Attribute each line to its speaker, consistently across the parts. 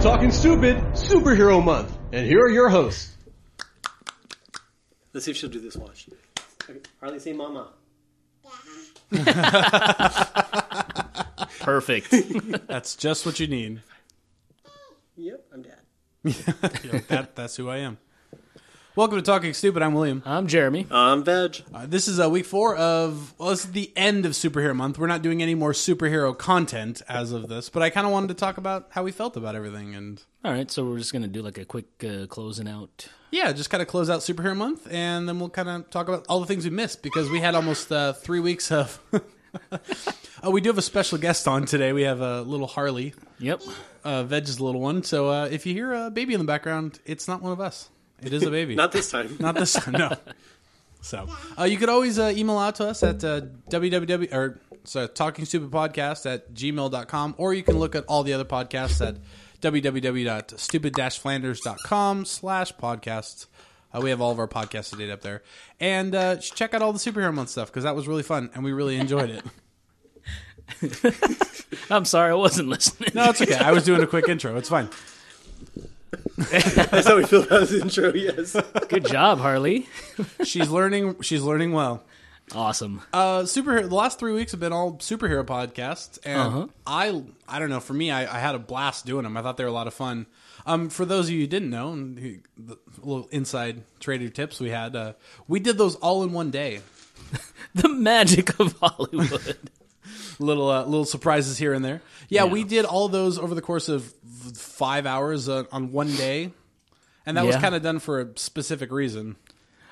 Speaker 1: Something Stupid Superhero Month. And here are your hosts.
Speaker 2: Let's see if she'll do this watch. Okay. Harley, say mama.
Speaker 3: Perfect. That's just what you need.
Speaker 2: Yep, I'm dad.
Speaker 3: You know, that, that's who I am. Welcome to Talking Stupid. I'm William.
Speaker 4: I'm Jeremy.
Speaker 2: I'm veg.
Speaker 3: Uh, this is uh, week four of, well, this is the end of Superhero Month. We're not doing any more superhero content as of this, but I kind of wanted to talk about how we felt about everything. And
Speaker 4: All right, so we're just gonna do like a quick uh, closing out.
Speaker 3: yeah, just kind of close out Superhero Month, and then we'll kind of talk about all the things we missed because we had almost uh, three weeks of. oh, we do have a special guest on today. We have a uh, little Harley,
Speaker 4: Yep.
Speaker 3: uh, Veg's little one. So uh, if you hear a baby in the background, it's not one of us. It is a baby.
Speaker 2: Not this time.
Speaker 3: Not this time, no. So uh, you could always uh, email out to us at uh, www or sorry, talking stupid podcast at gmail.com or you can look at all the other podcasts at www.stupid-flanders.com slash podcasts. Uh, we have all of our podcasts to date up there. And uh, check out all the superhero month stuff because that was really fun and we really enjoyed it.
Speaker 4: I'm sorry, I wasn't listening.
Speaker 3: No, it's okay. I was doing a quick intro. It's fine.
Speaker 2: That's how we feel about this intro, yes.
Speaker 4: Good job, Harley.
Speaker 3: She's learning. She's learning well.
Speaker 4: Awesome.
Speaker 3: uh, superhero. The last three weeks have been all superhero podcasts, and
Speaker 4: Uh-huh.
Speaker 3: I I don't know. For me, I, I had a blast doing them. I thought they were a lot of fun. Um, for those of you who didn't know, and who, the little inside trader tips we had, uh, we did those all in one day.
Speaker 4: the magic of Hollywood.
Speaker 3: Little uh, little surprises here and there. Yeah,
Speaker 4: Yeah.
Speaker 3: we did all those over the course of f- five hours uh, on one day, and that was
Speaker 4: Yeah.
Speaker 3: kind of done for a specific reason.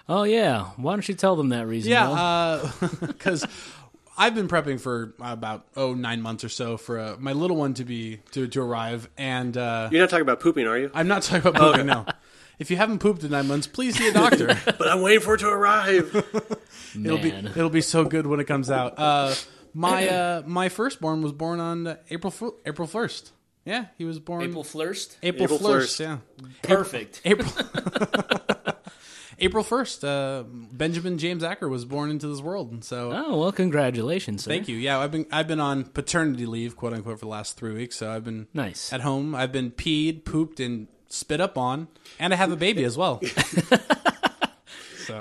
Speaker 4: oh yeah. Why don't you tell them that reason? Will?
Speaker 3: Yeah, uh, because I've been prepping for about oh nine months or so for uh, my little one to be to to arrive, and uh,
Speaker 2: You're not talking about pooping, are you?
Speaker 3: I'm not talking about pooping now. If you haven't pooped in nine months, please see a doctor.
Speaker 2: But I'm waiting for it to arrive.
Speaker 3: it'll be
Speaker 4: Man.
Speaker 3: it'll be so good when it comes out. Uh, my uh, my firstborn was born on uh, April fir- April first. Yeah, he was born
Speaker 4: first.
Speaker 3: April
Speaker 2: April 1st.
Speaker 3: first. Yeah,
Speaker 4: Perfect.
Speaker 3: April. April first, uh, Benjamin James Acker was born into this world, and so
Speaker 4: Oh well, congratulations. Sir.
Speaker 3: Thank you. Yeah, I've been I've been on paternity leave, quote unquote, for the last three weeks. So I've been
Speaker 4: Nice.
Speaker 3: at home. I've been peed, pooped, and spit up on, and I have a baby as well.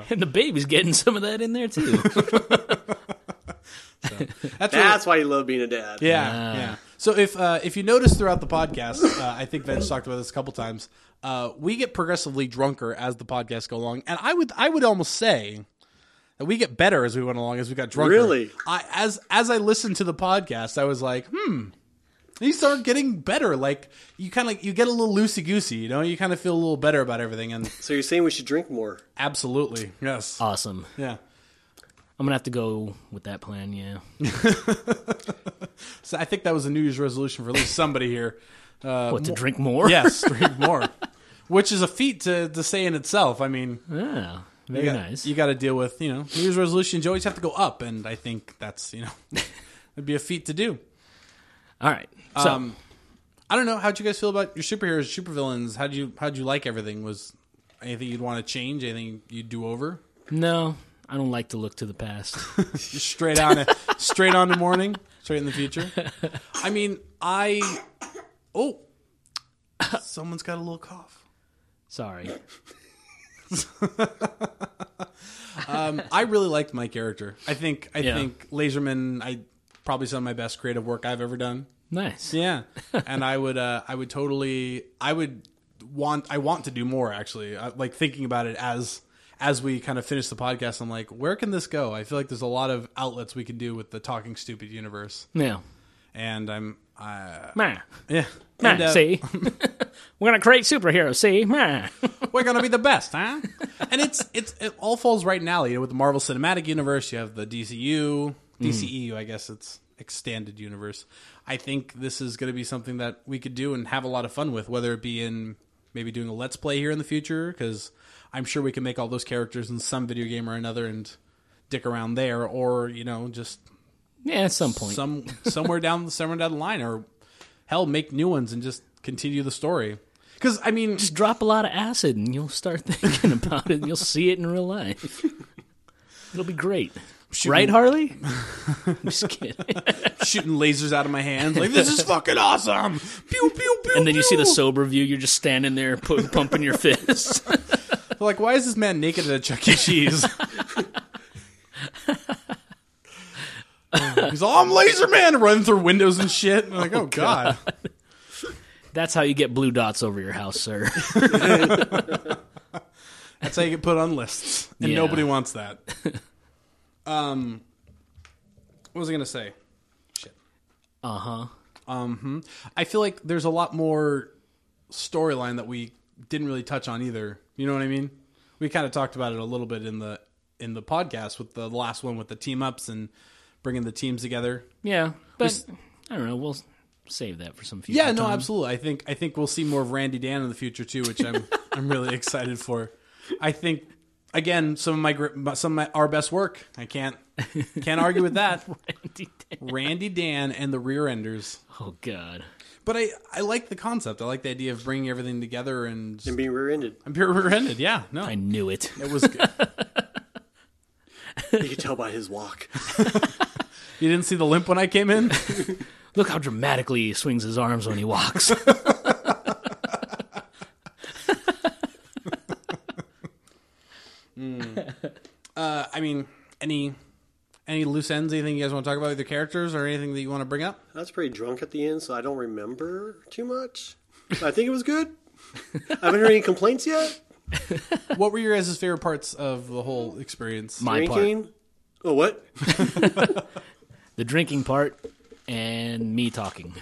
Speaker 4: And the baby's getting some of that in there too.
Speaker 3: That's,
Speaker 2: That's why you love being a dad.
Speaker 3: really- yeah, yeah. So if uh, if you notice throughout the podcast, uh, I think Ben's talked about this a couple times. Uh, we get progressively drunker as the podcasts go along, and I would I would almost say that we get better as we went along as we got drunker.
Speaker 2: Really?
Speaker 3: I, as as I listened to the podcast, I was like, hmm, these are getting better. Like you kind of you get a little loosey goosey, you know. You kind of feel a little better about everything, and
Speaker 2: So you're saying we should drink more.
Speaker 3: absolutely, yes,
Speaker 4: awesome.
Speaker 3: yeah.
Speaker 4: I'm gonna have to go with that plan. Yeah.
Speaker 3: So I think that was a New Year's resolution for at least somebody here.
Speaker 4: what to drink more?
Speaker 3: Uh, Yes, drink more, which is a feat to to say in itself. I mean,
Speaker 4: Yeah. Very
Speaker 3: you got,
Speaker 4: nice.
Speaker 3: You got to deal with you know New Year's resolutions. You always have to go up, and I think that's you know it'd be a feat to do.
Speaker 4: All right. So
Speaker 3: Um, I don't know. How'd you guys feel about your superheroes, supervillains? How'd you how'd you like everything? Was anything you'd want to change? Anything you'd do over?
Speaker 4: no, I don't like to look to the past.
Speaker 3: Just straight on, straight on to morning, straight in the future. I mean, I oh, someone's got a little cough.
Speaker 4: Sorry.
Speaker 3: I really liked my character. I think I
Speaker 4: Yeah.
Speaker 3: think Laserman. I probably some of my best creative work I've ever done.
Speaker 4: Nice.
Speaker 3: Yeah, and I would uh, I would totally I would want I want to do more actually. I, like thinking about it as as we kind of finish the podcast, I'm like, where can this go? I feel like there's a lot of outlets we can do with the Talking Stupid universe,
Speaker 4: Yeah.
Speaker 3: and I'm uh,
Speaker 4: Man.
Speaker 3: yeah.
Speaker 4: Nah,
Speaker 3: And, uh,
Speaker 4: see, we're gonna create superheroes. See, Nah.
Speaker 3: we're gonna be the best, huh? And it's it's it all falls right now. You know, with the Marvel Cinematic Universe, you have the DCU, DCEU, E I guess it's extended universe. I think this is gonna be something that we could do and have a lot of fun with, whether it be in maybe doing a let's play here in the future, because I'm sure we can make all those characters in some video game or another and dick around there, or you know, just
Speaker 4: yeah, at some point.
Speaker 3: some somewhere down somewhere down the line, or hell, make new ones and just continue the story. Because I mean,
Speaker 4: Just drop a lot of acid, and you'll start thinking about it. and You'll see it in real life. It'll be great.
Speaker 3: shooting,
Speaker 4: Right, Harley? I'm just kidding.
Speaker 3: shooting lasers out of my hands. Like this is fucking awesome. Pew pew pew.
Speaker 4: And then you see the
Speaker 3: pew.
Speaker 4: sober view. You're just standing there pu- pumping your fist.
Speaker 3: like, why is this man naked at a Chuck E. Cheese? He's all, I'm Laser Man, running through windows and shit. And I'm like, oh, god.
Speaker 4: That's how you get blue dots over your house, sir.
Speaker 3: That's how you get put on lists, and
Speaker 4: Yeah.
Speaker 3: nobody wants that. um, what was I gonna say? Shit.
Speaker 4: Uh huh.
Speaker 3: Um, hmm. I feel like there's a lot more storyline that we didn't really touch on either. You know what I mean? We kind of talked about it a little bit in the in the podcast with the last one with the team ups and bringing the teams together.
Speaker 4: Yeah, but I don't know. We'll save that for some future.
Speaker 3: Yeah, no,
Speaker 4: time.
Speaker 3: absolutely. I think I think we'll see more of Randy Dan in the future too, which I'm I'm really excited for. I think again, some of my gr- some of my, our best work. I can't can't argue with that. Randy Dan and the Rear Enders.
Speaker 4: Oh God.
Speaker 3: But I I like the concept. I like the idea of bringing everything together and
Speaker 2: and being rear-ended.
Speaker 3: I'm pure rear ended. Yeah, no,
Speaker 4: I knew it.
Speaker 3: it was. Good.
Speaker 2: You could tell by his walk.
Speaker 3: You didn't see the limp when I came in.
Speaker 4: Look how dramatically he swings his arms when he walks.
Speaker 3: Uh, I mean, any any loose ends? Anything you guys want to talk about with your characters or anything that you want to bring up?
Speaker 2: I was pretty drunk at the end, so I don't remember too much. But I think it was good. I haven't heard any complaints yet.
Speaker 3: What were your guys' favorite parts of the whole experience?
Speaker 4: My part,
Speaker 2: Drinking. Oh, what?
Speaker 4: the drinking part, and me talking.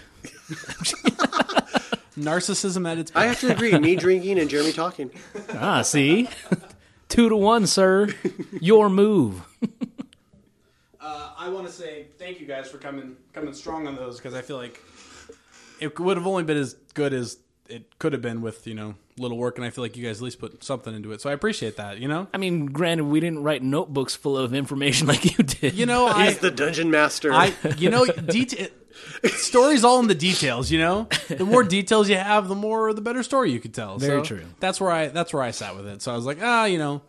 Speaker 3: Narcissism at its
Speaker 2: I have to agree. Me drinking and Jeremy talking.
Speaker 4: Ah, see, two to one, sir. Your move.
Speaker 3: I want to say thank you guys for coming coming strong on those because I feel like it would have only been as good as it could have been with you know little work, and I feel like you guys at least put something into it. So I appreciate that. You know,
Speaker 4: I mean, granted, we didn't write notebooks full of information like you did.
Speaker 3: you know, I,
Speaker 2: He's the dungeon master.
Speaker 3: I you know, detail stories all in the details. You know, the more details you have, the more the better story you could tell.
Speaker 4: Very
Speaker 3: So
Speaker 4: true.
Speaker 3: That's where I that's where I sat with it. So I was like, ah, you know.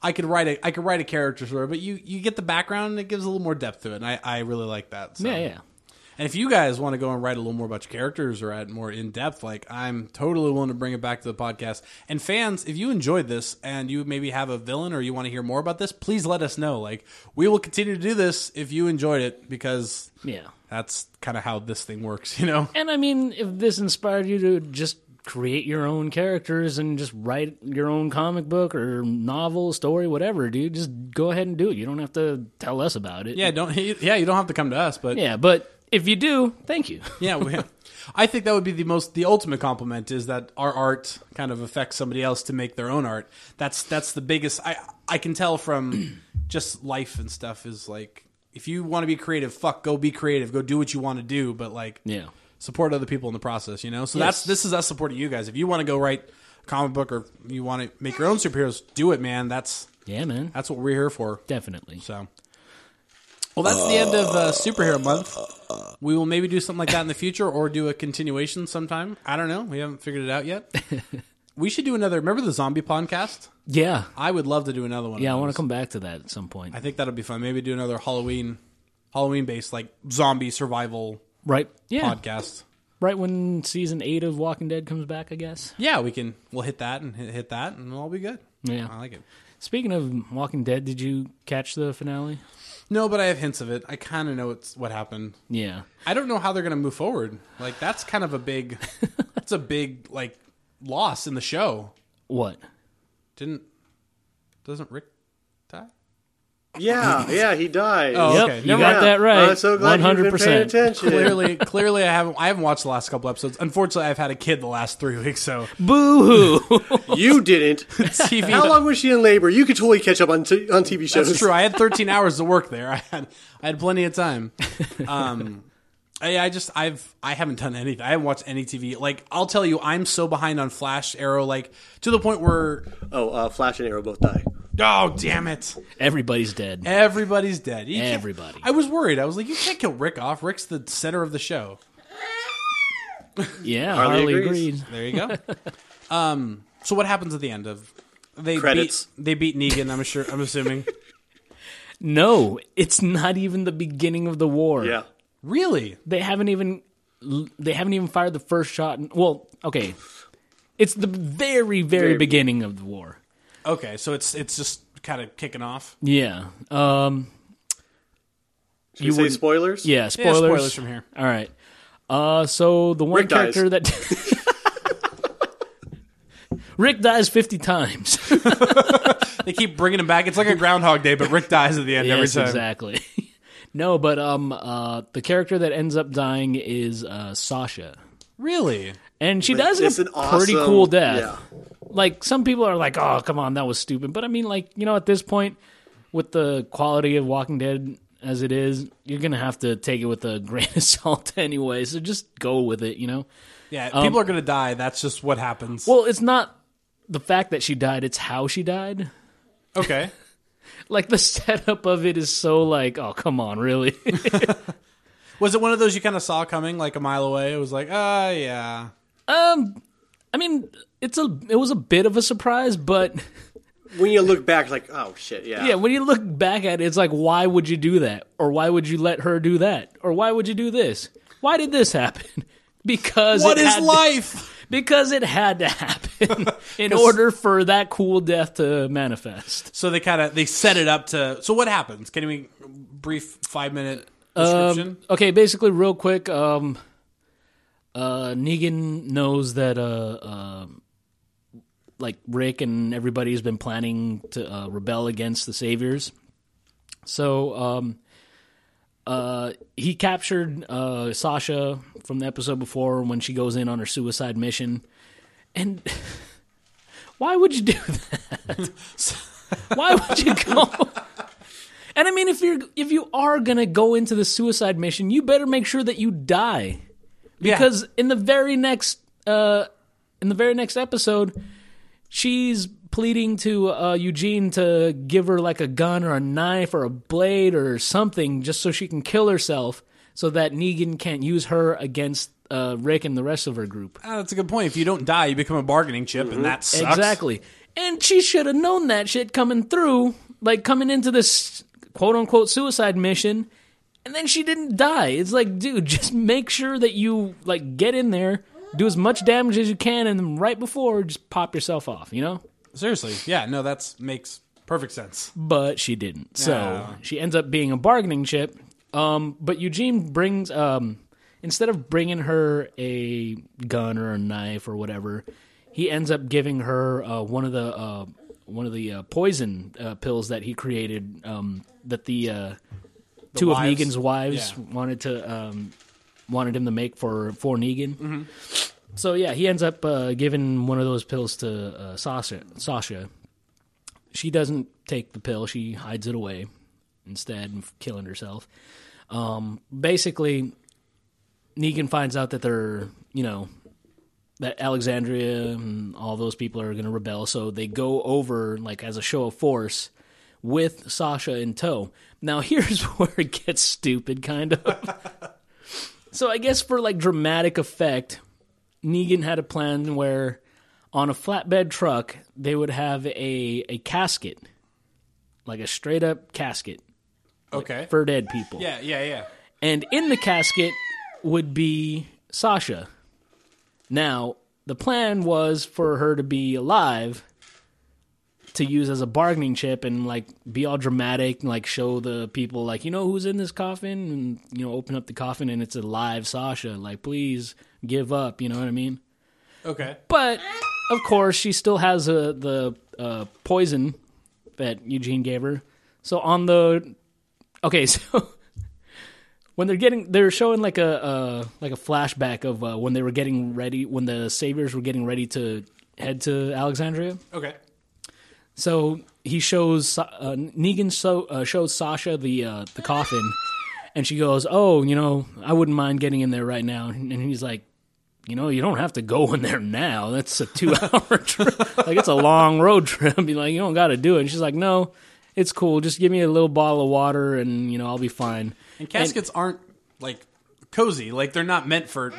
Speaker 3: I could write a I could write a character story, but you, you get the background and it gives a little more depth to it, and I, I really like that. So.
Speaker 4: yeah, yeah.
Speaker 3: And if you guys want to go and write a little more about your characters or add more in depth, like I'm totally willing to bring it back to the podcast. And fans, if you enjoyed this and you maybe have a villain or you want to hear more about this, please let us know. Like we will continue to do this if you enjoyed it because
Speaker 4: Yeah.
Speaker 3: that's kind of how this thing works, you know.
Speaker 4: And I mean, if this inspired you to just create your own characters and just write your own comic book or novel, story, whatever, dude, just go ahead and do it. You don't have to tell us about it.
Speaker 3: Yeah, don't yeah, you don't have to come to us, but
Speaker 4: Yeah, but if you do, thank you.
Speaker 3: yeah, we, I think that would be the most the ultimate compliment is that our art kind of affects somebody else to make their own art. That's that's the biggest I I can tell from just life and stuff is like if you want to be creative, fuck, go be creative, go do what you want to do, but like
Speaker 4: Yeah.
Speaker 3: support other people in the process, you know? So that's
Speaker 4: Yes.
Speaker 3: this is us supporting you guys. If you want to go write a comic book or you want to make your own superheroes, do it, man. That's
Speaker 4: Yeah, man.
Speaker 3: that's what we're here for.
Speaker 4: Definitely.
Speaker 3: So, well, that's the end of uh, superhero month. We will maybe do something like that in the future, or do a continuation sometime. I don't know. We haven't figured it out yet. we should do another. Remember the zombie podcast?
Speaker 4: Yeah.
Speaker 3: I would love to do another one.
Speaker 4: Yeah, I want to
Speaker 3: to
Speaker 4: come back to that at some point.
Speaker 3: I think that'll be fun. Maybe do another Halloween, Halloween based like zombie survival
Speaker 4: Right. Yeah.
Speaker 3: podcast.
Speaker 4: Right when season 8 of Walking Dead comes back, I guess.
Speaker 3: Yeah, we can. We'll hit that and hit, hit that, and it'll be good.
Speaker 4: Yeah.
Speaker 3: I like it.
Speaker 4: Speaking of Walking Dead, did you catch the finale?
Speaker 3: No, but I have hints of it. I kind of know it's what happened.
Speaker 4: Yeah.
Speaker 3: I don't know how they're going to move forward. Like that's kind of a big, that's a big like loss in the show.
Speaker 4: What?
Speaker 3: Didn't doesn't Rick die?
Speaker 2: yeah, yeah, he died.
Speaker 3: Oh,
Speaker 4: Yep,
Speaker 3: okay,
Speaker 4: you
Speaker 3: never
Speaker 4: got
Speaker 3: mind.
Speaker 4: that right.
Speaker 2: I'm so glad you have been paying attention.
Speaker 3: Clearly, clearly, I haven't. I haven't watched the last couple episodes. Unfortunately, I've had a kid the last three weeks, so
Speaker 4: Boo hoo.
Speaker 2: You didn't.
Speaker 3: TV.
Speaker 2: How long was she in labor? You could totally catch up on, t- on TV shows.
Speaker 3: That's true. I had 13 hours to work there. I had I had plenty of time. Um, I, I just I've I haven't done anything. I haven't watched any TV. Like I'll tell you, I'm so behind on Flash, Arrow, like to the point where
Speaker 2: Oh, uh, Flash and Arrow both die.
Speaker 3: oh damn it.
Speaker 4: Everybody's dead.
Speaker 3: Everybody's dead. You can't-
Speaker 4: Everybody.
Speaker 3: I was worried. I was like, you can't kill Rick off. Rick's the center of the show.
Speaker 4: Yeah,
Speaker 2: Harley
Speaker 4: Harley,
Speaker 2: agrees.
Speaker 4: agreed.
Speaker 3: There you go. um, so what happens at the end of they
Speaker 2: Credits.
Speaker 3: Beat, they beat Negan. I'm sure. I'm assuming.
Speaker 4: No, it's not even the beginning of the war.
Speaker 2: Yeah.
Speaker 3: Really?
Speaker 4: They haven't even they haven't even fired the first shot. In, well, okay. It's the very, very beginning of the war.
Speaker 3: Okay, so it's it's just kind of kicking off.
Speaker 4: Yeah. Um
Speaker 2: Should you say
Speaker 4: wouldn't-
Speaker 2: spoilers?
Speaker 4: yeah,
Speaker 3: Yeah,
Speaker 4: spoilers.
Speaker 3: spoilers, from here.
Speaker 4: All right. Uh, so the one
Speaker 2: Rick dies.
Speaker 4: character that Rick dies fifty times.
Speaker 3: They keep bringing him back. It's like a Groundhog Day, but Rick dies at the end every
Speaker 4: yes,
Speaker 3: time.
Speaker 4: exactly. no, but um, uh, the character that ends up dying is uh, Sasha,
Speaker 3: Really?
Speaker 4: and she
Speaker 2: It's,
Speaker 4: does it
Speaker 2: an
Speaker 4: a
Speaker 2: awesome.
Speaker 4: pretty cool death.
Speaker 2: Yeah.
Speaker 4: Like some people are like, "Oh, come on, that was stupid," but I mean, like you know, at this point, with the quality of Walking Dead as it is, you're gonna have to take it with a grain of salt anyway. So just go with it, you know.
Speaker 3: Yeah, people are gonna die. That's just what happens.
Speaker 4: Um, Well, it's not the fact that she died; it's how she died.
Speaker 3: okay.
Speaker 4: Like the setup of it is so like, oh come on, really?
Speaker 3: Was it one of those you kind of saw coming like a mile away? It was like, ah, yeah.
Speaker 4: I mean, it's a it was a bit of a surprise, but
Speaker 2: When you look back, like, oh shit, yeah.
Speaker 4: yeah, when you look back at it, it's like, why would you do that, or why would you let her do that, or why would you do this? Why did this happen? Because
Speaker 3: What
Speaker 4: it
Speaker 3: is
Speaker 4: had to-
Speaker 3: life?
Speaker 4: because it had to happen in order for that cool death to manifest.
Speaker 3: So they kind of they set it up to. So what happens? Can we brief five minute
Speaker 4: Um,
Speaker 3: description?
Speaker 4: Okay, basically, real quick, um, uh, Negan knows that uh, um like Rick and everybody has been planning to uh, rebel against the Saviors. So um, uh, he captured uh, Sasha from the episode before when she goes in on her suicide mission, and. Why would you do that? Why would you go? And I mean, if you're if you are gonna go into the suicide mission, you better make sure that you die, because in the very next uh, in the very next episode, she's pleading to uh, Eugene to give her like a gun or a knife or a blade or something, just so she can kill herself, so that Negan can't use her against uh, Rick and the rest of her group.
Speaker 3: Ah, that's a good point. If you don't die, you become a bargaining chip, and that sucks.
Speaker 4: Mm-hmm. Exactly. And she should have known that shit coming through, like coming into this quote unquote suicide mission. And then she didn't die. It's like, dude, just make sure that you like get in there, do as much damage as you can, and then right before, just pop yourself off. You know.
Speaker 3: Seriously, yeah. No, that makes perfect sense.
Speaker 4: But she didn't. So
Speaker 3: Yeah.
Speaker 4: she ends up being a bargaining chip. Um, but Eugene brings um, instead of bringing her a gun or a knife or whatever, he ends up giving her uh, one of the uh, one of the uh, poison uh, pills that he created um, that the, uh, two
Speaker 3: wives?
Speaker 4: of Negan's wives
Speaker 3: Yeah.
Speaker 4: wanted to um, wanted him to make for for Negan. So yeah, he ends up uh, giving one of those pills to uh, Sasha. Sasha. She doesn't take the pill. She hides it away instead of killing herself. Um, basically, Negan finds out that they're you know that Alexandria and all those people are going to rebel. So they go over like as a show of force with Sasha in tow. Now here's where it gets stupid, kind of. so I guess for like dramatic effect, Negan had a plan where on a flatbed truck they would have a a casket, like a straight up casket
Speaker 3: Okay.
Speaker 4: for dead people
Speaker 3: yeah, yeah, yeah.
Speaker 4: and in the casket would be Sasha. Now, the plan was for her to be alive to use as a bargaining chip and like be all dramatic and like show the people like you know who's in this coffin and you know open up the coffin and it's a live Sasha like please give up, you know what I mean?
Speaker 3: Okay.
Speaker 4: But of course, she still has uh the uh, poison that Eugene gave her. So on the okay, so when they're getting, they're showing like a uh, like a flashback of uh, when they were getting ready, when the saviors were getting ready to head to Alexandria.
Speaker 3: Okay.
Speaker 4: So he shows Sa- uh, Negan so, uh, shows Sasha the uh, the coffin, and she goes, "Oh, you know, I wouldn't mind getting in there right now." And he's like, "You know, you don't have to go in there now. That's a two hour trip. Like it's a long road trip. Be like, you don't got to do it." And she's like, "No, it's cool. Just give me a little bottle of water, and you know, I'll be fine."
Speaker 3: And caskets aren't like cozy. Like they're not meant for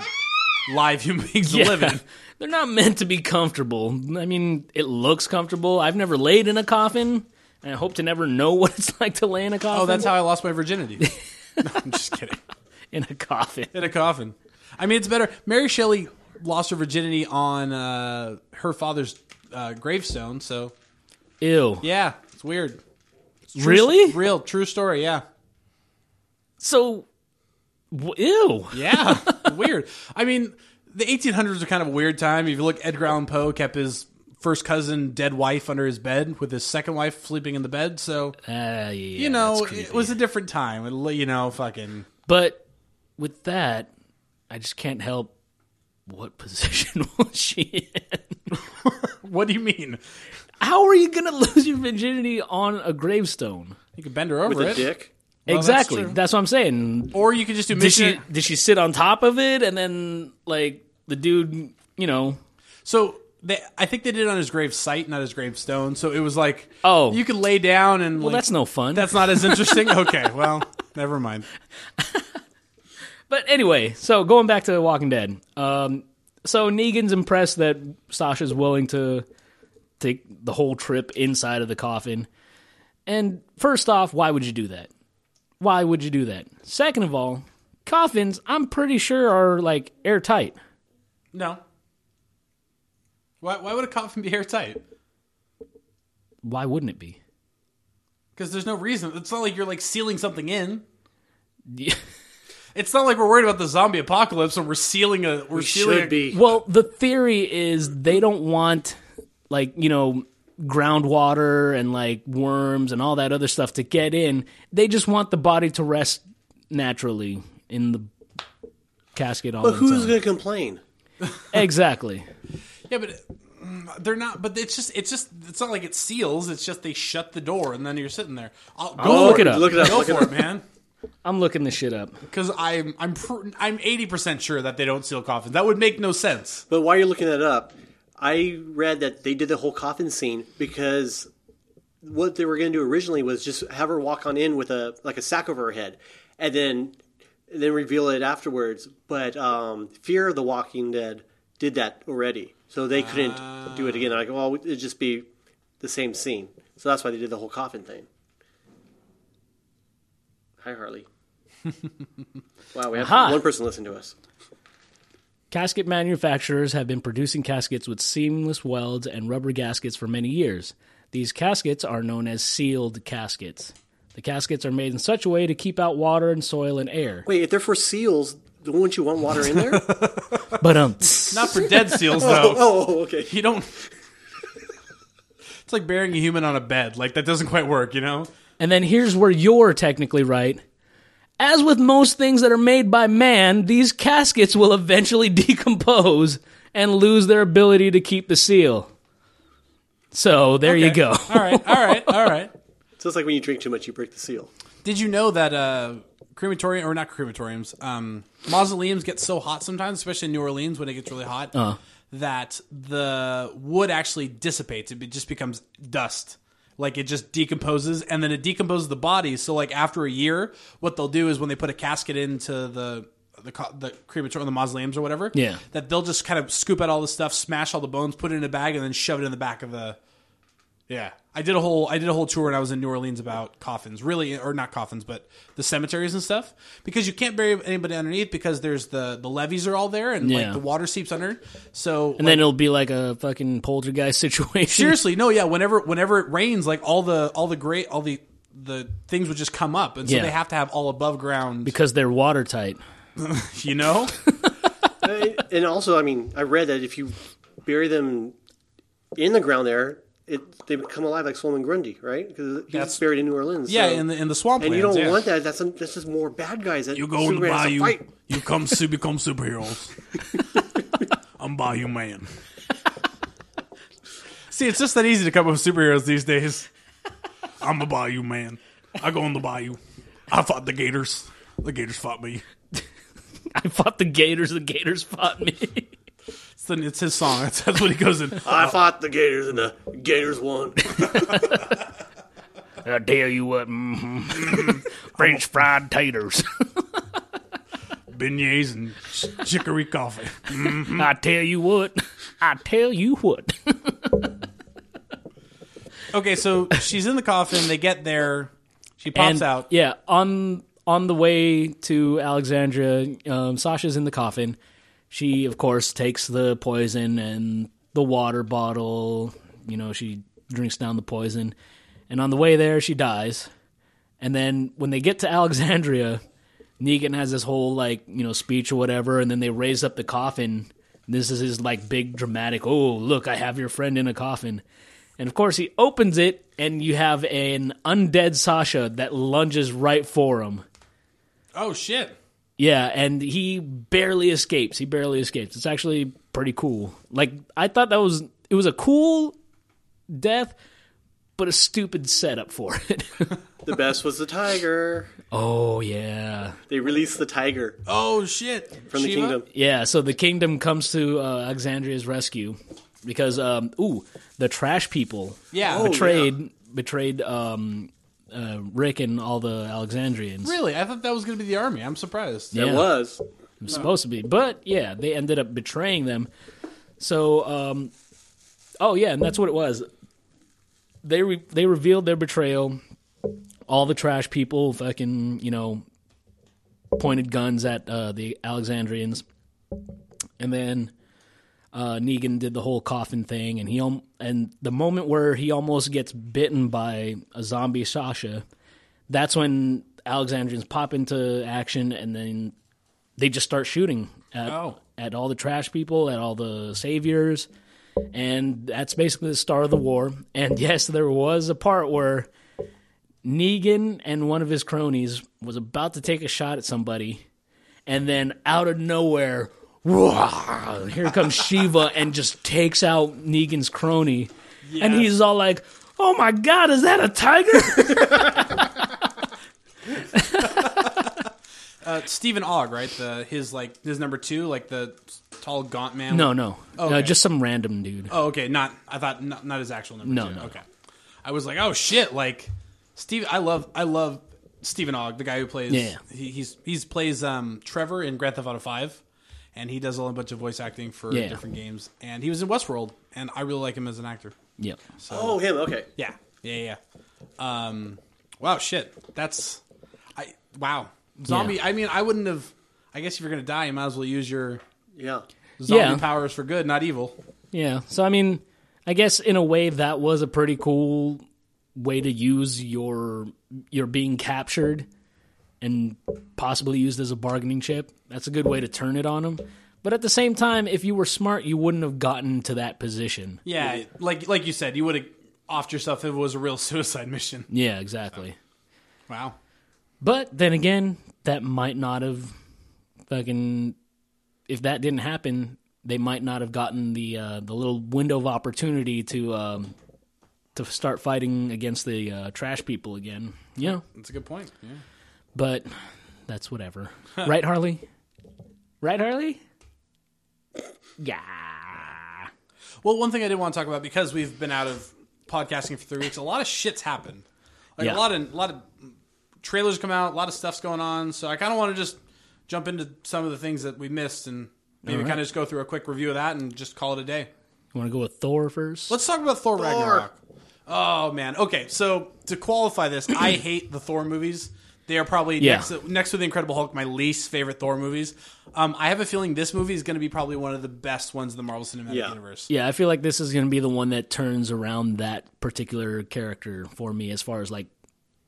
Speaker 3: live human beings
Speaker 4: Yeah.
Speaker 3: to live in.
Speaker 4: They're not meant to be comfortable. I mean, it looks comfortable. I've never laid in a coffin. and I hope to never know what it's like to lay in a coffin.
Speaker 3: Oh, that's how I lost my virginity. no, I'm just kidding.
Speaker 4: in a coffin.
Speaker 3: In a coffin. I mean, it's better. Mary Shelley lost her virginity on uh, her father's uh, gravestone, so
Speaker 4: Ew.
Speaker 3: yeah, it's weird.
Speaker 4: really?
Speaker 3: Real, true story, yeah.
Speaker 4: So, w- ew.
Speaker 3: Yeah, weird. I mean, the 1800s are kind of a weird time. If you look, Edgar Allan Poe kept his first cousin dead wife under his bed with his second wife sleeping in the bed. So
Speaker 4: Uh, yeah,
Speaker 3: you know, it was a different time. It- You know, fucking
Speaker 4: But with that, I just can't help. What position was she in?
Speaker 3: what do you mean?
Speaker 4: How are you gonna lose your virginity on a gravestone?
Speaker 3: You could bend her over
Speaker 2: with a
Speaker 3: it,
Speaker 2: dick.
Speaker 3: that's
Speaker 4: exactly.
Speaker 3: true.
Speaker 4: That's, what I'm saying.
Speaker 3: or you could just do
Speaker 4: Did she
Speaker 3: missionary.
Speaker 4: did she sit on top of it and then like the dude, you know,
Speaker 3: So they, I think they did it on his grave site, not his gravestone. So it was like,
Speaker 4: Oh.
Speaker 3: you could lay down and
Speaker 4: well
Speaker 3: like,
Speaker 4: that's no fun.
Speaker 3: that's not as interesting. okay, well, never mind.
Speaker 4: But anyway, so going back to Walking Dead. Um, so Negan's impressed that Sasha's willing to take the whole trip inside of the coffin. And first off, why would you do that? Why would you do that? Second of all, coffins, I'm pretty sure are like airtight.
Speaker 3: No. Why? Why would a coffin be airtight?
Speaker 4: Why wouldn't it be?
Speaker 3: Because there's no reason. It's not like you're like sealing something in. It's not like we're worried about the zombie apocalypse and we're sealing a. We're sealing a-
Speaker 2: Should be.
Speaker 4: Well, the theory is they don't want like, you know, groundwater and like worms and all that other stuff to get in. They just want the body to rest naturally in the casket all
Speaker 2: But
Speaker 4: the
Speaker 2: who's
Speaker 4: time.
Speaker 2: going to complain?
Speaker 4: Exactly.
Speaker 3: Yeah, but mm, they're not. But it's just. It's just. It's not like it seals. It's just they shut the door and then you're sitting there. I'll, go
Speaker 4: I'll
Speaker 3: for
Speaker 4: Oh, look it up.
Speaker 2: Look it up.
Speaker 3: Go
Speaker 2: Look it
Speaker 3: for
Speaker 2: up.
Speaker 3: it, man.
Speaker 4: I'm looking this shit up.
Speaker 3: Because I'm I'm pr- I'm eighty percent sure that they don't seal coffins. That would make no sense.
Speaker 2: But while you're looking that up, I read that they did the whole coffin scene because what they were going to do originally was just have her walk on in with a like a sack over her head, and then and then reveal it afterwards. But um, Fear of the Walking Dead did that already, so they couldn't do it again. Like, well, it'd just be the same scene. So that's why they did the whole coffin thing. Hi, Harley. wow, we have
Speaker 4: Aha.
Speaker 2: one person listen to us.
Speaker 4: Casket manufacturers have been producing caskets with seamless welds and rubber gaskets for many years. These caskets are known as sealed caskets. The caskets are made in such a way to keep out water and soil and air.
Speaker 2: Wait, if they're for seals, wouldn't you want water in there?
Speaker 4: But um,
Speaker 3: Not for dead seals though.
Speaker 2: Oh, okay.
Speaker 3: You don't. It's like burying a human on a bed. Like that doesn't quite work, you know.
Speaker 4: And then here's where you're technically right. As with most things that are made by man, these caskets will eventually decompose and lose their ability to keep the seal. So there you
Speaker 3: Okay.
Speaker 4: go.
Speaker 3: All right, all right, all right.
Speaker 2: So it's like when you drink too much, you break the seal.
Speaker 3: Did you know that uh, crematorium or not crematoriums, um, mausoleums get so hot sometimes, especially in New Orleans when it gets really hot, that the wood actually dissipates. It be- just becomes dust. Like it just decomposes, and then it decomposes the body. So like after a year, what they'll do is when they put a casket into the the, co- the crematorium, the mausoleums or whatever,
Speaker 4: Yeah.
Speaker 3: that they'll just kind of scoop out all the stuff, smash all the bones, put it in a bag, and then shove it in the back of the yeah, I did a whole I did a whole tour when I was in New Orleans about coffins, really, or not coffins, but the cemeteries and stuff, because you can't bury anybody underneath because there's the the levees are all there and
Speaker 4: Yeah.
Speaker 3: like the water seeps under. So
Speaker 4: And then it'll be like a fucking poltergeist situation.
Speaker 3: seriously, no, yeah, whenever whenever it rains, like all the all the great all the the things would just come up, and so
Speaker 4: Yeah.
Speaker 3: they have to have all above ground,
Speaker 4: Because they're watertight.
Speaker 3: you know.
Speaker 2: I- and also, I mean, I read that if you bury them in the ground there, it, they become alive like Solomon Grundy, right? Because he's
Speaker 3: That's-
Speaker 2: buried in New Orleans.
Speaker 3: yeah,
Speaker 2: so-
Speaker 3: in the in the swamp,
Speaker 2: and you don't want that. That's that's just more bad guys. That
Speaker 5: You go to
Speaker 2: Superman has to
Speaker 5: bayou.
Speaker 2: fight.
Speaker 5: You come to become superheroes. I'm Bayou Man.
Speaker 3: See, it's just that easy to come up with superheroes these days.
Speaker 5: I'm a Bayou Man. I go on the bayou. I fought the Gators. The Gators fought me.
Speaker 4: I fought the gators, the gators fought me.
Speaker 3: It's, the, it's his song. That's, that's what he goes in.
Speaker 2: I fought the Gators, and the Gators won.
Speaker 4: I tell you what, mhm. French fried taters.
Speaker 5: Beignets and chicory coffee.
Speaker 4: I tell you what. I tell you what.
Speaker 3: Okay, so she's in the coffin. They get there. She pops
Speaker 4: and,
Speaker 3: out.
Speaker 4: Yeah, on on the way to Alexandria, um, Sasha's in the coffin. She, of course, takes the poison and the water bottle. You know, she drinks down the poison, and on the way there, she dies. And then when they get to Alexandria, Negan has this whole like you know speech or whatever, and then they raise up the coffin. This is his like big dramatic. Oh, look, I have your friend in a coffin, and of course he opens it, and you have an undead Sasha that lunges right for him.
Speaker 3: Oh shit!
Speaker 4: Yeah, and he barely escapes. He barely escapes. It's actually pretty cool. Like I thought that was it was a cool death, but a stupid setup for it.
Speaker 2: The best was the tiger.
Speaker 4: oh yeah,
Speaker 2: They released the tiger
Speaker 3: Oh shit!
Speaker 2: from the
Speaker 3: Shiva?
Speaker 2: kingdom.
Speaker 4: Yeah, so the kingdom comes to uh, Alexandria's rescue because um ooh, the trash people
Speaker 3: Yeah. Oh,
Speaker 4: betrayed betrayed um uh, Rick and all the Alexandrians.
Speaker 3: Really? I thought that was going to be the army. I'm surprised.
Speaker 4: Yeah.
Speaker 2: It was.
Speaker 4: It was supposed to be. But yeah, they ended up betraying them. So um oh yeah, and that's what it was. They re- they revealed their betrayal. All the trash people fucking, you know, pointed guns at uh, the Alexandrians. And then uh, Negan did the whole coffin thing, and he al- and the moment where he almost gets bitten by a zombie Sasha, that's when Alexandrians pop into action, and then they just start shooting at
Speaker 3: Oh.
Speaker 4: at all the trash people, at all the saviors, and that's basically the start of the war. And yes, there was a part where Negan and one of his cronies was about to take a shot at somebody, and then out of nowhere, "Wah!" here comes Shiva and just takes out Negan's crony, and he's all like, "Oh my god, is that a tiger?"
Speaker 3: Uh, Stephen Ogg, right? The his like his number two, like the tall gaunt man.
Speaker 4: no, no, no,
Speaker 3: Okay.
Speaker 4: just some random dude.
Speaker 3: Oh, okay. Not I thought not, not his actual number.
Speaker 4: No,
Speaker 3: two.
Speaker 4: no.
Speaker 3: Okay. I was like, oh shit! Like Steve, I love I love Stephen Ogg, the guy who plays.
Speaker 4: Yeah.
Speaker 3: He, he's he's plays um Trevor in Grand Theft Auto Five, and he does a whole bunch of voice acting for
Speaker 4: Yeah.
Speaker 3: different games. And he was in Westworld, and I really like him as an actor.
Speaker 4: Yeah,
Speaker 2: Oh, him. Okay.
Speaker 3: Yeah, yeah, yeah. Um, wow, shit. That's I wow zombie.
Speaker 4: Yeah.
Speaker 3: I mean, I wouldn't have. I guess if you're gonna die, you might as well use your
Speaker 2: Yeah.
Speaker 3: zombie
Speaker 4: Yeah.
Speaker 3: powers for good, not evil.
Speaker 4: yeah. So I mean, I guess in a way that was a pretty cool way to use your your being captured and possibly used as a bargaining chip. That's a good way to turn it on him. But at the same time, if you were smart, you wouldn't have gotten to that position.
Speaker 3: Yeah, like like you said, you would have offed yourself if it was a real suicide mission.
Speaker 4: Yeah, exactly.
Speaker 3: Wow.
Speaker 4: But then again, that might not have fucking if that didn't happen, they might not have gotten the uh, the little window of opportunity to um, to start fighting against the uh, trash people again. Yeah,
Speaker 3: That's a good point. Yeah.
Speaker 4: but that's whatever. right, Harley? Right, Harley? Yeah.
Speaker 3: Well, one thing I did want to talk about because we've been out of podcasting for three weeks, a lot of shit's happened. Like
Speaker 4: Yeah.
Speaker 3: a lot of a lot of trailers come out, a lot of stuff's going on. So I kind of want to just jump into some of the things that we missed and maybe
Speaker 4: All right.
Speaker 3: kind of just go through a quick review of that and just call it a day.
Speaker 4: You want to go with Thor first?
Speaker 3: Let's talk about Thor, Ragnarok. Oh man. Okay, so to qualify this, I hate the Thor movies. They are probably
Speaker 4: Yeah.
Speaker 3: next, next to the Incredible Hulk, my least favorite Thor movies. Um, I have a feeling this movie is going to be probably one of the best ones in the Marvel Cinematic
Speaker 2: Yeah.
Speaker 3: Universe.
Speaker 4: Yeah, I feel like this is going to be the one that turns around that particular character for me as far as like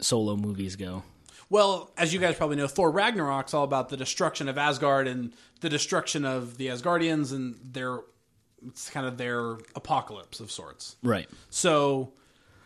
Speaker 4: solo movies go.
Speaker 3: Well, as you guys probably know, Thor Ragnarok's all about the destruction of Asgard and the destruction of the Asgardians and their it's kind of their apocalypse of sorts.
Speaker 4: Right.
Speaker 3: So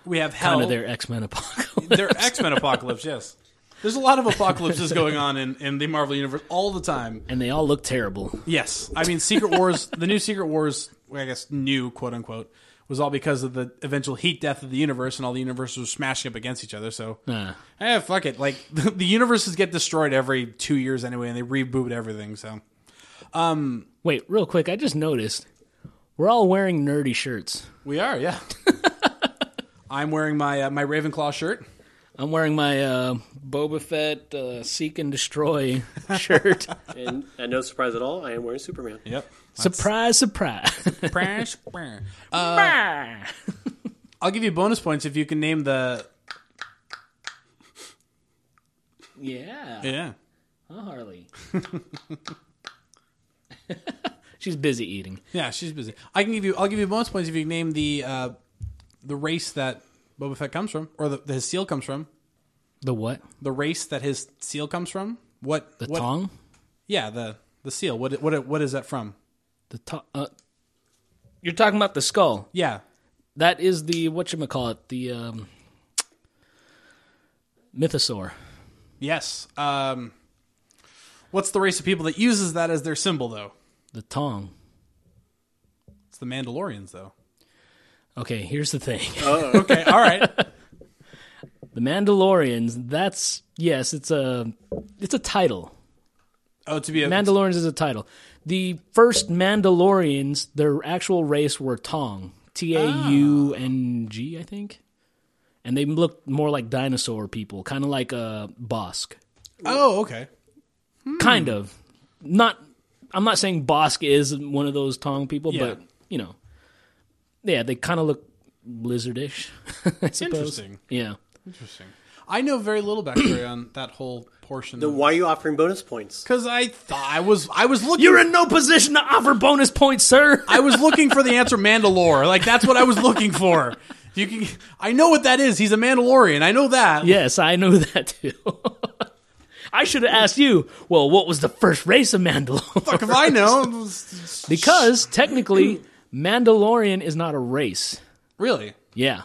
Speaker 3: we have hell.
Speaker 4: Kind of their X Men apocalypse.
Speaker 3: their X Men apocalypse. Yes, there's a lot of apocalypses going on in, in the Marvel universe all the time.
Speaker 4: and they all look terrible.
Speaker 3: Yes, I mean Secret Wars. The new Secret Wars, well, I guess new quote unquote, was all because of the eventual heat death of the universe, and all the universes were smashing up against each other. So,
Speaker 4: Nah.
Speaker 3: eh, fuck it. Like the, universes get destroyed every two years anyway, and they reboot everything. So,
Speaker 4: Wait, real quick, I just noticed we're all wearing nerdy shirts.
Speaker 3: we are, yeah. I'm wearing my uh, my Ravenclaw shirt.
Speaker 4: I'm wearing my uh, Boba Fett uh, Seek and Destroy shirt.
Speaker 2: And, and no surprise at all, I am wearing Superman.
Speaker 3: Yep.
Speaker 4: surprise, Uh, surprise.
Speaker 3: Prash. prash.
Speaker 4: Bah.
Speaker 3: I'll give you bonus points if you can name the.
Speaker 4: Yeah.
Speaker 3: Yeah.
Speaker 4: Huh, Harley. She's busy eating.
Speaker 3: Yeah, she's busy. I can give you. I'll give you bonus points if you can name the uh, the race that Boba Fett comes from, or the, his seal comes from.
Speaker 4: The what?
Speaker 3: The race that his seal comes from. What
Speaker 4: The
Speaker 3: what,
Speaker 4: tongue?
Speaker 3: Yeah, the the seal. What what what is that from?
Speaker 4: The to- uh, You're talking about the skull.
Speaker 3: Yeah,
Speaker 4: That is the what you call it? The um, mythosaur.
Speaker 3: Yes. Um, what's the race of people that uses that as their symbol, though?
Speaker 4: The tongue.
Speaker 3: It's the Mandalorians, though.
Speaker 4: Okay, here's the thing.
Speaker 3: Okay, all right.
Speaker 4: The Mandalorians. That's yes, it's a it's a title.
Speaker 3: Oh, to be a
Speaker 4: Mandalorians is a title. The first Mandalorians, their actual race were Tong, T A U N G, I think, and they looked more like dinosaur people, kind of like uh, a Bosk,
Speaker 3: Oh, okay. Hmm.
Speaker 4: kind of. Not, I'm not saying Bosk is one of those Tong people,
Speaker 3: Yeah.
Speaker 4: but you know, yeah, they kind of look lizardish. I suppose.
Speaker 3: Interesting.
Speaker 4: Yeah.
Speaker 3: Interesting. I know very little backstory on that whole portion.
Speaker 2: Then why are you offering bonus points?
Speaker 3: Because I thought I was I was looking.
Speaker 4: You're in no position to offer bonus points, sir.
Speaker 3: I was looking for the answer Mandalore. Like that's what I was looking for. You can. I know what that is. He's a Mandalorian. I know that.
Speaker 4: Yes, I know that too. I should have asked you, well, what was the first race of Mandalore?
Speaker 3: Fuck if I know.
Speaker 4: because technically, Mandalorian is not a race.
Speaker 3: Really?
Speaker 4: Yeah.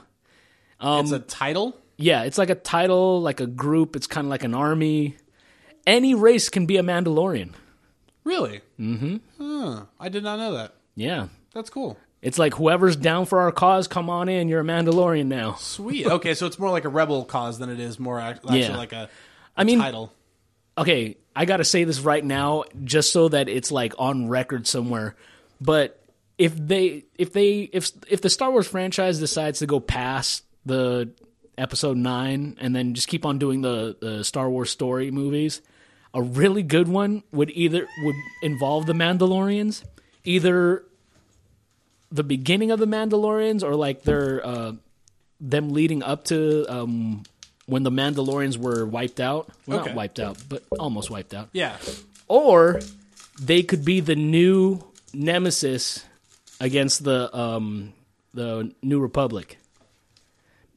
Speaker 4: Um,
Speaker 3: it's a title.
Speaker 4: Yeah, it's like a title, like a group, it's kind of like an army. Any race can be a Mandalorian.
Speaker 3: Really? Mm-hmm. Huh. I did not know that.
Speaker 4: Yeah.
Speaker 3: That's cool.
Speaker 4: It's like whoever's down for our cause, come on in, you're a Mandalorian now.
Speaker 3: Sweet. Okay, so it's more like a rebel cause than it is more act- actually
Speaker 4: Yeah.
Speaker 3: like a
Speaker 4: I mean,
Speaker 3: title.
Speaker 4: okay, I got to say this right now just so that it's like on record somewhere. But if they if they if if the Star Wars franchise decides to go past the episode 9 and then just keep on doing the the Star Wars story movies, a really good one would either would involve the Mandalorians, either the beginning of the Mandalorians or like their uh them leading up to um when the Mandalorians were wiped out. Well,
Speaker 3: Okay.
Speaker 4: not wiped out, but almost wiped out.
Speaker 3: Yeah.
Speaker 4: Or they could be the new nemesis against the um the New Republic.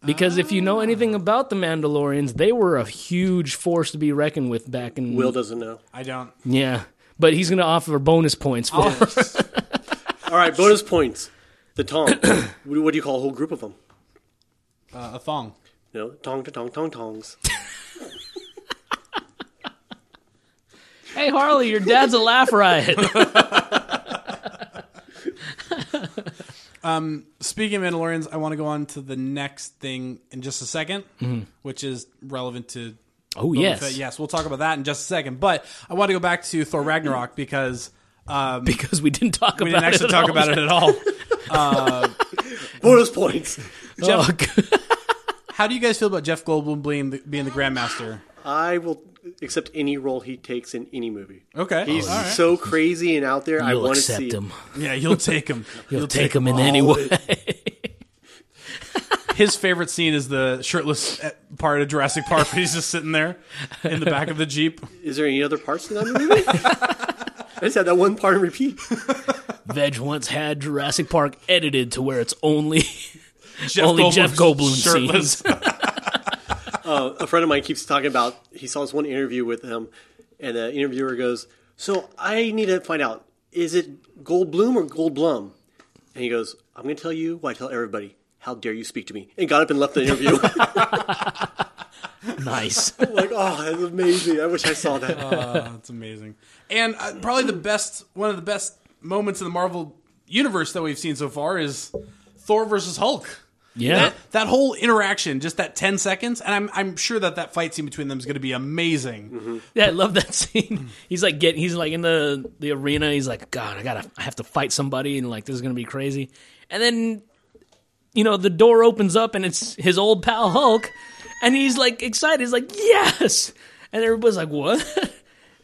Speaker 4: Because if you know
Speaker 3: Ah.
Speaker 4: anything about the Mandalorians, they were a huge force to be reckoned with back in
Speaker 2: Will doesn't know.
Speaker 3: I don't.
Speaker 4: Yeah. But he's going to offer bonus points
Speaker 3: Oh.
Speaker 4: for
Speaker 3: Uh,
Speaker 2: All right, bonus points. The tong. what what do you call a whole group of them?
Speaker 3: Uh, a thong.
Speaker 2: No, tong to tong tong tongs.
Speaker 4: Hey Harley, your dad's a laugh riot.
Speaker 3: Speaking of Mandalorians, I want to go on to the next thing in just a 2nd
Speaker 4: Mm-hmm.
Speaker 3: which is relevant to.
Speaker 4: oh
Speaker 3: Boba
Speaker 4: yes.
Speaker 3: Fett. Yes, we'll talk about that in just a second. But I want to go back to Thor Ragnarok because um,
Speaker 4: Because we didn't talk
Speaker 3: we
Speaker 4: about
Speaker 3: didn't actually
Speaker 4: it at
Speaker 3: talk
Speaker 4: all.
Speaker 3: about it at all.
Speaker 2: bonus points.
Speaker 4: Oh, good.
Speaker 3: How do you guys feel about Jeff Goldblum being the, being the Grandmaster?
Speaker 2: I will accept any role he takes in any movie.
Speaker 3: Okay.
Speaker 2: He's
Speaker 3: Oh, All right.
Speaker 2: so crazy and out there. I
Speaker 4: You'll
Speaker 2: want to
Speaker 4: accept
Speaker 2: see.
Speaker 4: him.
Speaker 3: yeah, you'll take him. Oh.
Speaker 4: You'll, take him in any way.
Speaker 3: his favorite scene is the shirtless eh, part of Jurassic Park. where He's just sitting there in the back of the jeep.
Speaker 2: Is there any other parts to that movie? I just had that one part and repeat.
Speaker 4: Veg once had Jurassic Park edited to where it's only
Speaker 3: Jeff
Speaker 4: Only Jeff Goldblum
Speaker 3: shirtless.
Speaker 2: a friend of mine keeps talking about he saw this one interview with him, and the interviewer goes, "So I need to find out is it Goldblum or Goldblum?" And he goes, "I'm going to tell you what I tell everybody. How dare you speak to me?" And got up and left the interview. like,
Speaker 4: nice.
Speaker 2: oh, that's amazing! I wish I saw that.
Speaker 3: That's amazing. And uh, probably the best, one of the best moments in the Marvel universe that we've seen so far is Thor versus Hulk.
Speaker 4: Yeah.
Speaker 3: That, that whole interaction, just that ten seconds, and I'm I'm sure that that fight scene between them is going to be amazing.
Speaker 4: Yeah, I love that scene. He's like getting he's like in the the arena, he's like, God, I gotta I have to fight somebody and like this is gonna be crazy. And then you know, the door opens up and it's his old pal Hulk and he's like excited, he's like, Yes and everybody's like, What?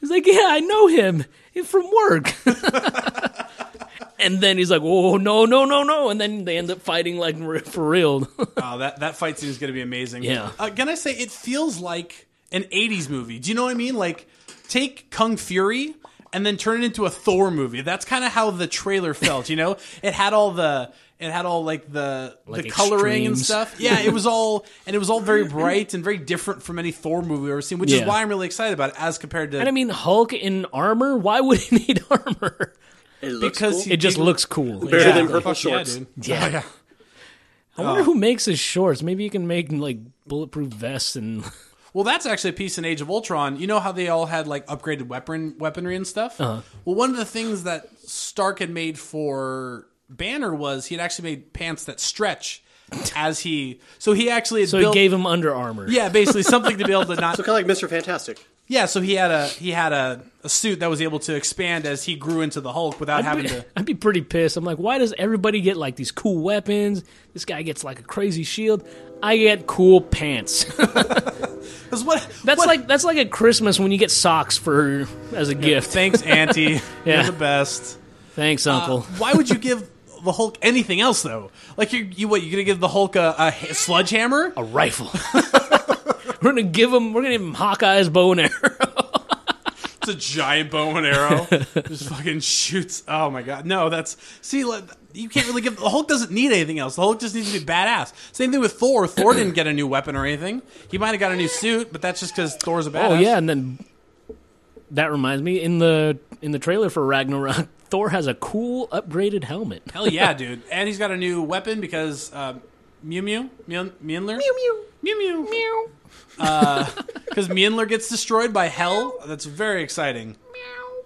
Speaker 4: He's like, Yeah, I know him. He's from work. and then he's like, "Whoa, no, no, no, no!" And then they end up fighting like re- for real.
Speaker 3: Wow, Uh, that that fight scene is going to be amazing.
Speaker 4: Yeah.
Speaker 3: Uh, can I say it feels like an '80s movie? Do you know what I mean? Like take Kung Fury and then turn it into a Thor movie. That's kind of how the trailer felt. You know, it had all the it had all like the the coloring and
Speaker 4: extremes.
Speaker 3: stuff. Yeah, it was all and it was all very bright and very different from any Thor movie I've ever seen, which is
Speaker 4: Yeah.
Speaker 3: why I'm really excited about it as compared to
Speaker 4: and I mean, Hulk in armor. Why would he need armor?
Speaker 2: It looks
Speaker 3: Because
Speaker 2: cool.
Speaker 3: he-
Speaker 4: It just
Speaker 3: People-
Speaker 4: looks cool.
Speaker 2: Better
Speaker 4: Yeah.
Speaker 2: than purple
Speaker 3: Fuck yeah,
Speaker 2: shorts.
Speaker 3: dude.
Speaker 4: Oh, Yeah. Oh. I wonder who makes his shorts. Maybe you can make like bulletproof vests and
Speaker 3: Well, that's actually a piece in Age of Ultron. You know how they all had like upgraded weapon weaponry and stuff.
Speaker 4: Uh-huh.
Speaker 3: Well, one of the things that Stark had made for Banner was he had actually made pants that stretch as he. So he actually had
Speaker 4: so
Speaker 3: built.
Speaker 4: he gave him Under Armour.
Speaker 3: yeah, basically something to be able to not.
Speaker 2: So kind of like Mr. Fantastic.
Speaker 3: Yeah, so he had a he had a, a suit that was able to expand as he grew into the Hulk without
Speaker 4: I'd
Speaker 3: having
Speaker 4: be,
Speaker 3: to.
Speaker 4: I'd be pretty pissed. I'm like, why does everybody get like these cool weapons? This guy gets like a crazy shield. I get cool pants.
Speaker 3: Because what?
Speaker 4: That's
Speaker 3: what-
Speaker 4: like that's like at Christmas when you get socks for as a gift.
Speaker 3: Thanks, Auntie. You're
Speaker 4: Yeah.
Speaker 3: the best.
Speaker 4: Thanks, Uncle.
Speaker 3: Why would you give the Hulk anything else though? Like you, you what? You gonna give the Hulk a, a h- sludge hammer?
Speaker 4: a rifle. we're gonna give him. We're gonna give him Hawkeye's bow and arrow.
Speaker 3: It's a giant bow and arrow. just fucking shoots. Oh my god. No, that's see. like, You can't really give the Hulk doesn't need anything else. The Hulk just needs to be badass. Same thing with Thor. Thor didn't get a new weapon or anything. He might have got a new suit, but that's just because Thor's a badass.
Speaker 4: Oh yeah, and then that reminds me in the in the trailer for Ragnarok, Thor has a cool upgraded helmet.
Speaker 3: hell yeah, dude. And he's got a new weapon because uh, Mew Mew Mew Mew Mew Mew Mew Mew. Because Mjolnir gets destroyed by Hell. That's very exciting.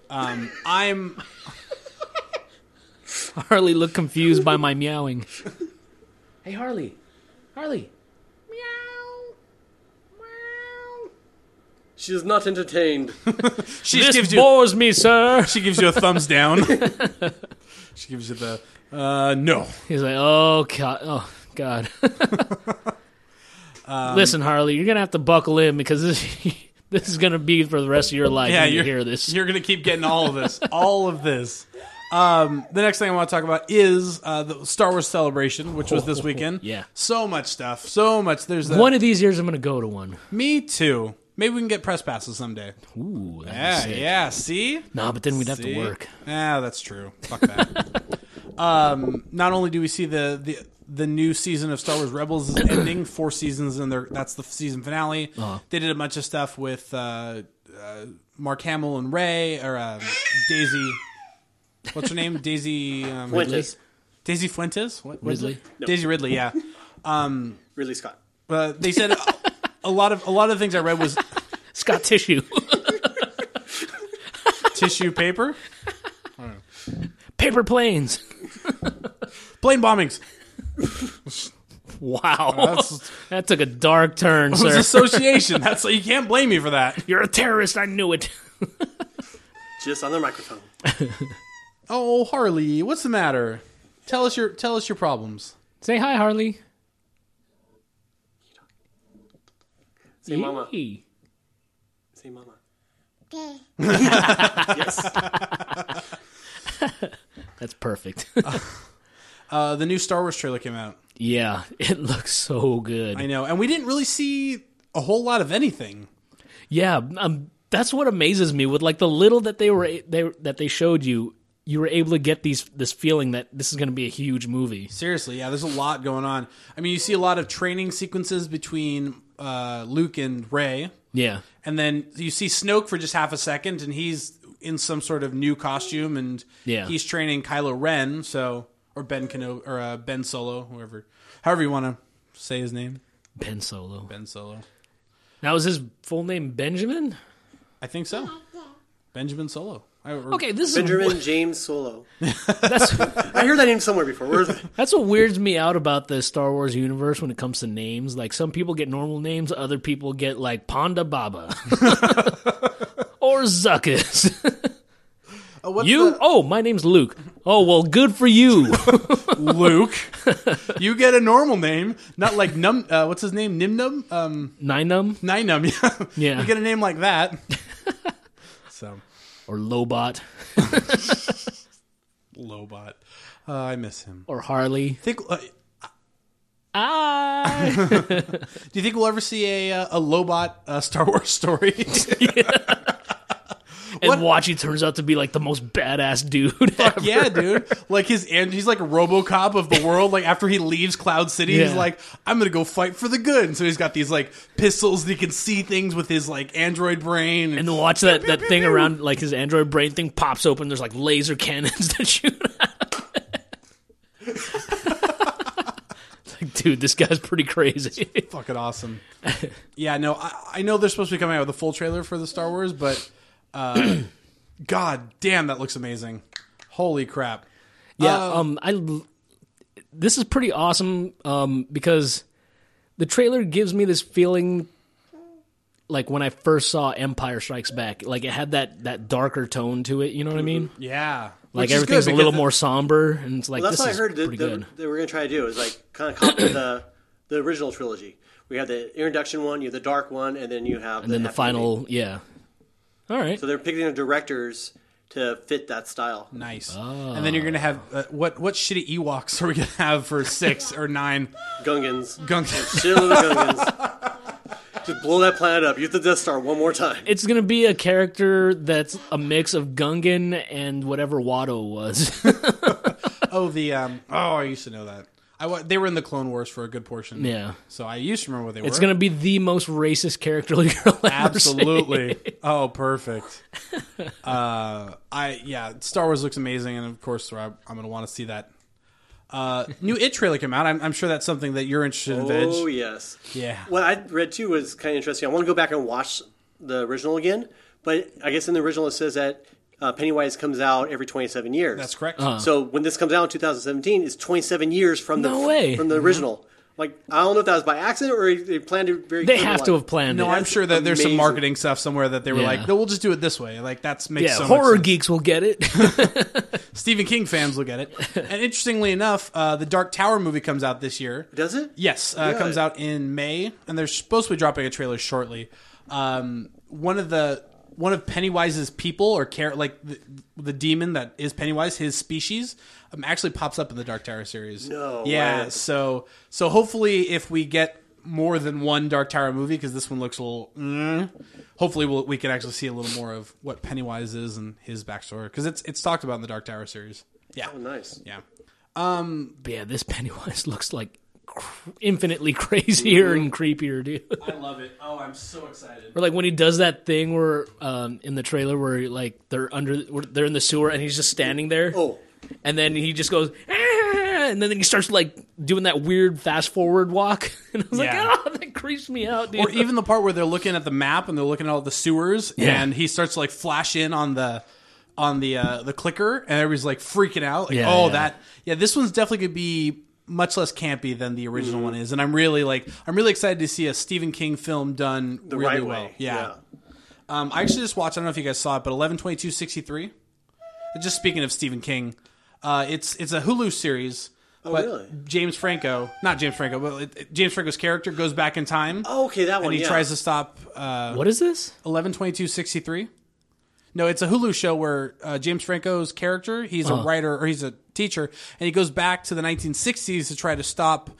Speaker 3: Um, I'm
Speaker 4: Harley looked confused by my meowing.
Speaker 6: Hey, Harley. Harley.
Speaker 2: She is not entertained.
Speaker 3: she just
Speaker 4: This
Speaker 3: gives you
Speaker 4: bores me, sir.
Speaker 3: she gives you a thumbs down. she gives you the uh, no.
Speaker 4: He's like, oh god, oh god. Listen, Harley, you're gonna have to buckle in because this this is gonna be for the rest of your life.
Speaker 3: Yeah,
Speaker 4: when you
Speaker 3: you're-
Speaker 4: hear this.
Speaker 3: You're gonna keep getting all of this, all of this. Um, the next thing I want to talk about is uh, the Star Wars Celebration, which was this weekend.
Speaker 4: Yeah.
Speaker 3: so much stuff, so much. There's the,
Speaker 4: One of these years, I'm gonna go to one.
Speaker 3: me too. Maybe we can get press passes someday.
Speaker 4: Ooh, that'd be
Speaker 3: Yeah,
Speaker 4: Oh, sick.
Speaker 3: yeah. See,
Speaker 4: Nah, but then we'd have
Speaker 3: See?
Speaker 4: to work.
Speaker 3: Ah, that's true. Fuck that. um, not only do we see the the the new season of Star Wars Rebels is ending, four seasons, and they're- that's the season finale.
Speaker 4: Uh-huh.
Speaker 3: They did a bunch of stuff with uh, uh, Mark Hamill and Ray or um Daisy. What's her name? Daisy um,
Speaker 2: Fuentes.
Speaker 3: Daisy Fuentes. What, what is
Speaker 4: Ridley.
Speaker 3: it? Daisy Ridley. Yeah.
Speaker 2: Ridley Scott.
Speaker 3: Uh, they said a, a lot of a lot of things I read was
Speaker 4: Scott tissue,
Speaker 3: tissue paper.
Speaker 4: paper planes.
Speaker 3: Plane bombings.
Speaker 4: Wow,
Speaker 3: That's
Speaker 4: that took a dark turn,
Speaker 3: it was
Speaker 4: sir.
Speaker 3: association. That's you can't blame me for that.
Speaker 4: You're a terrorist. I knew it.
Speaker 2: Just on their microphone.
Speaker 3: Oh, Harley, what's the matter? Tell us your tell us your problems.
Speaker 4: Say hi, Harley.
Speaker 2: Say mama.
Speaker 4: Yee.
Speaker 2: Say mama.
Speaker 4: That's perfect.
Speaker 3: Uh, the new Star Wars trailer came out.
Speaker 4: yeah, it looks so good.
Speaker 3: I know, and we didn't really see a whole lot of anything.
Speaker 4: Yeah, um, that's what amazes me with like the little that they were they that they showed you. You were able to get these this feeling that this is going to be a huge movie.
Speaker 3: Seriously, yeah, there's a lot going on. I mean, you see a lot of training sequences between uh, Luke and Ray,
Speaker 4: Yeah,
Speaker 3: and then you see Snoke for just half a second, and he's in some sort of new costume, and
Speaker 4: Yeah.
Speaker 3: he's training Kylo Ren, so or Ben Kenobi or uh, Ben Solo, whoever, however you want to say his name,
Speaker 4: Ben Solo.
Speaker 3: Ben Solo.
Speaker 4: Now is his full name Benjamin?
Speaker 3: I think so. Benjamin Solo. I, or-
Speaker 4: Okay, this is
Speaker 2: Benjamin James Solo.
Speaker 4: that's
Speaker 2: I heard that name somewhere before. Where is it?
Speaker 4: that's what weirds me out about the Star Wars universe when it comes to names. Like some people get normal names, other people get like Ponda Baba or Zuckus.
Speaker 3: Uh, what's
Speaker 4: You?
Speaker 3: the-
Speaker 4: Oh, my name's Luke. Oh well, good for you.
Speaker 3: Luke. you get a normal name, not like num. Uh, what's his name? Nimnum. Um,
Speaker 4: Ninum
Speaker 3: Ninum. Yeah.
Speaker 4: Yeah.
Speaker 3: You get a name like that. so
Speaker 4: or Lobot.
Speaker 3: Lobot. Uh, I miss him.
Speaker 4: or Harley.
Speaker 3: Think. Uh,
Speaker 4: Ah,
Speaker 3: do you think we'll ever see a uh, a Lobot uh, Star Wars story? What-
Speaker 4: and Watchy turns out to be like the most badass dude. ever.
Speaker 3: yeah, dude. Like his and he's like RoboCop of the world. Like after he leaves Cloud City, he's
Speaker 4: Yeah.
Speaker 3: like, I'm gonna go fight for the good. And so he's got these like pistols that he can see things with his like android brain.
Speaker 4: And then watch that, that thing around, like his Android brain thing pops open. There's like laser cannons that shoot out. It's like, dude, this guy's pretty crazy.
Speaker 3: fucking awesome. yeah, no, I, I know they're supposed to be coming out with a full trailer for the Star Wars, but uh, God damn, that looks amazing. Holy crap.
Speaker 4: Yeah, um, I l- this is pretty awesome um, because the trailer gives me this feeling like when I first saw Empire Strikes Back, like it had that that darker tone to it. You know what I
Speaker 2: Mm-hmm.
Speaker 4: mean?
Speaker 3: Yeah.
Speaker 4: Like
Speaker 3: Which is
Speaker 4: everything's
Speaker 3: good
Speaker 4: a little
Speaker 3: because
Speaker 4: more somber, and it's like
Speaker 2: Well, that's
Speaker 4: this
Speaker 2: what I
Speaker 4: is
Speaker 2: heard that,
Speaker 4: pretty good.
Speaker 2: that, that we're going to try to do is like kind of copy the the original trilogy. We have the introduction one, you have the dark one, and then you have
Speaker 4: And then the
Speaker 2: happy
Speaker 4: final,
Speaker 2: ending.
Speaker 4: yeah. All right,
Speaker 2: So they're picking the directors to fit that style.
Speaker 3: Nice. And then you're gonna have uh, what? What shitty Ewoks are we gonna have for six or nine?
Speaker 2: Gungans,
Speaker 3: Gunk.
Speaker 2: shitload of Gungans. Just blow that planet up. Use the Death Star one more time.
Speaker 4: it's gonna be a character that's a mix of Gungan and whatever Watto was.
Speaker 3: Oh, the um. Oh, I used to know that. I wa- they were in the Clone Wars for a good portion.
Speaker 4: Yeah.
Speaker 3: So I used to remember what they were.
Speaker 4: it's gonna be the most racist character you'll ever
Speaker 3: absolutely. oh, perfect. Uh, I yeah. Star Wars looks amazing, and of course, I, I'm gonna want to see that. Uh, new It trailer came out. I'm, I'm sure that's something that you're interested in. Veg.
Speaker 2: Oh yes.
Speaker 3: Yeah.
Speaker 2: What I read too was kind of interesting. I want to go back and watch the original again, but I guess in the original it says that uh, Pennywise comes out every 27 years.
Speaker 3: That's correct.
Speaker 4: Uh-huh.
Speaker 2: So when this comes out in 2017, it's 27 years from the
Speaker 4: No way.
Speaker 2: from the original. Like I don't know if that was by accident or they planned it very.
Speaker 4: They
Speaker 2: clearly,
Speaker 4: have
Speaker 2: like-
Speaker 4: to have planned.
Speaker 3: No,
Speaker 4: it.
Speaker 3: I'm
Speaker 2: That's
Speaker 3: sure that there's some
Speaker 2: amazing.
Speaker 3: marketing stuff somewhere that they were
Speaker 4: Yeah.
Speaker 3: like, "No, we'll just do it this way." Like that's makes
Speaker 4: yeah,
Speaker 3: so much
Speaker 4: horror
Speaker 3: sense.
Speaker 4: geeks will get it.
Speaker 3: Stephen King fans will get it. and interestingly enough, uh, the Dark Tower movie comes out this year.
Speaker 2: Does it?
Speaker 3: Yes, uh,
Speaker 2: Good.
Speaker 3: comes out in May, and they're supposed to be dropping a trailer shortly. Um, one of the one of Pennywise's people or care like the, the demon that is Pennywise, his species, um, actually pops up in the Dark Tower series.
Speaker 2: No
Speaker 3: yeah.
Speaker 2: way.
Speaker 3: So so hopefully, if we get more than one Dark Tower movie, because this one looks a little. mm, hopefully, we'll, we can actually see a little more of what Pennywise is and his backstory, because it's it's talked about in the Dark Tower series. Yeah.
Speaker 2: Oh, nice.
Speaker 3: Yeah.
Speaker 4: But yeah, this Pennywise looks like cr- infinitely crazier and creepier, dude.
Speaker 3: I love it. Oh, I'm so excited.
Speaker 4: or like when he does that thing where um, in the trailer where like they're under where they're in the sewer and he's just standing there.
Speaker 2: Oh,
Speaker 4: and then he just goes. "Ah," And then he starts like doing that weird fast forward walk, and I was
Speaker 3: Yeah.
Speaker 4: like, "Oh, that creeps me out, dude."
Speaker 3: or even the part where they're looking at the map and they're looking at all the sewers and he starts to like flash in on the on the uh the clicker and everybody's like freaking out like
Speaker 4: Yeah,
Speaker 3: oh
Speaker 4: yeah.
Speaker 3: that yeah this one's definitely gonna be much less campy than the original
Speaker 2: Mm-hmm.
Speaker 3: one is and i'm really like i'm really excited to see a stephen king film done
Speaker 2: the
Speaker 3: really
Speaker 2: right
Speaker 3: well
Speaker 2: way.
Speaker 3: yeah. Um, I actually just watched. I don't know if you guys saw it, but eleven twenty two sixty three. Just speaking of Stephen King, uh, it's it's a Hulu series. Oh, but
Speaker 2: really?
Speaker 3: James Franco, not James Franco, but it, it- James Franco's character goes back in time.
Speaker 2: Oh, okay, that one.
Speaker 3: and he
Speaker 2: yeah.
Speaker 3: tries to stop uh,
Speaker 4: what is this?
Speaker 3: eleven twenty two sixty three. No, it's a Hulu show where uh, James Franco's character, he's a writer or he's a teacher, and he goes back to the 1960s to try to stop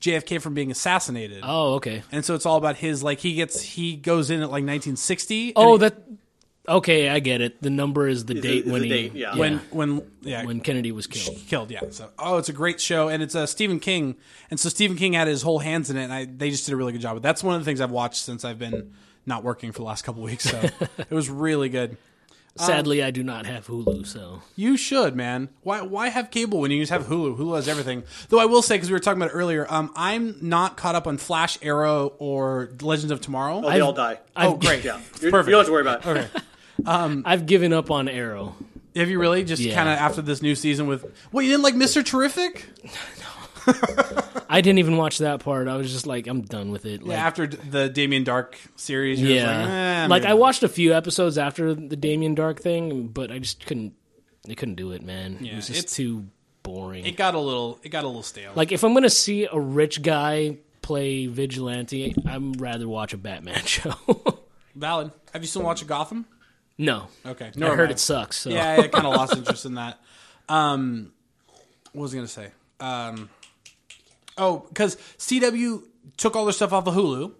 Speaker 3: JFK from being assassinated.
Speaker 4: Oh, okay.
Speaker 3: And so it's all about his like he gets he goes in at like 1960. and
Speaker 4: Oh,
Speaker 3: he-
Speaker 4: that. Okay, I get it. The number is the
Speaker 2: the-
Speaker 4: date
Speaker 2: is
Speaker 4: when
Speaker 2: the
Speaker 4: he
Speaker 2: date, yeah.
Speaker 3: when when yeah
Speaker 4: when Kennedy was killed.
Speaker 3: killed yeah so oh it's a great show and it's uh, Stephen King and so Stephen King had his whole hands in it and I, they just did a really good job but that's one of the things I've watched since I've been not working for the last couple weeks so it was really good
Speaker 4: Sadly, I do not have Hulu, so
Speaker 3: you should man why why have cable when you just have Hulu Hulu has everything though I will say because we were talking about it earlier um I'm not caught up on Flash Arrow or Legends of Tomorrow
Speaker 2: Oh, they all die.
Speaker 4: I've,
Speaker 3: oh great
Speaker 2: yeah.
Speaker 3: It's
Speaker 2: You're, you
Speaker 3: perfect
Speaker 2: don't have to worry about it.
Speaker 4: I've given up on Arrow.
Speaker 3: have you really just
Speaker 4: Yeah.
Speaker 3: kind of after this new season with what you didn't like Mr. Terrific
Speaker 4: I didn't even watch that part. I was just like, I'm done with it. Like,
Speaker 3: after d- the Damien Dark series. You're
Speaker 4: yeah,
Speaker 3: just like, eh,
Speaker 4: like
Speaker 3: maybe
Speaker 4: I
Speaker 3: not.
Speaker 4: watched a few episodes after the Damien Dark thing, but I just couldn't. I couldn't do it, man. it was just
Speaker 3: it's-
Speaker 4: too boring.
Speaker 3: It got a little. It got a little stale.
Speaker 4: like if I'm gonna see a rich guy play vigilante, I'd rather watch a Batman show.
Speaker 3: valid. Have you still watched Gotham?
Speaker 4: no,
Speaker 3: Okay,
Speaker 4: I
Speaker 3: nor
Speaker 4: heard
Speaker 3: have
Speaker 4: it sucks. So.
Speaker 3: Yeah, I kind of lost interest in that. Um, what was I going to say? Um, oh, because CW took all their stuff off of Hulu.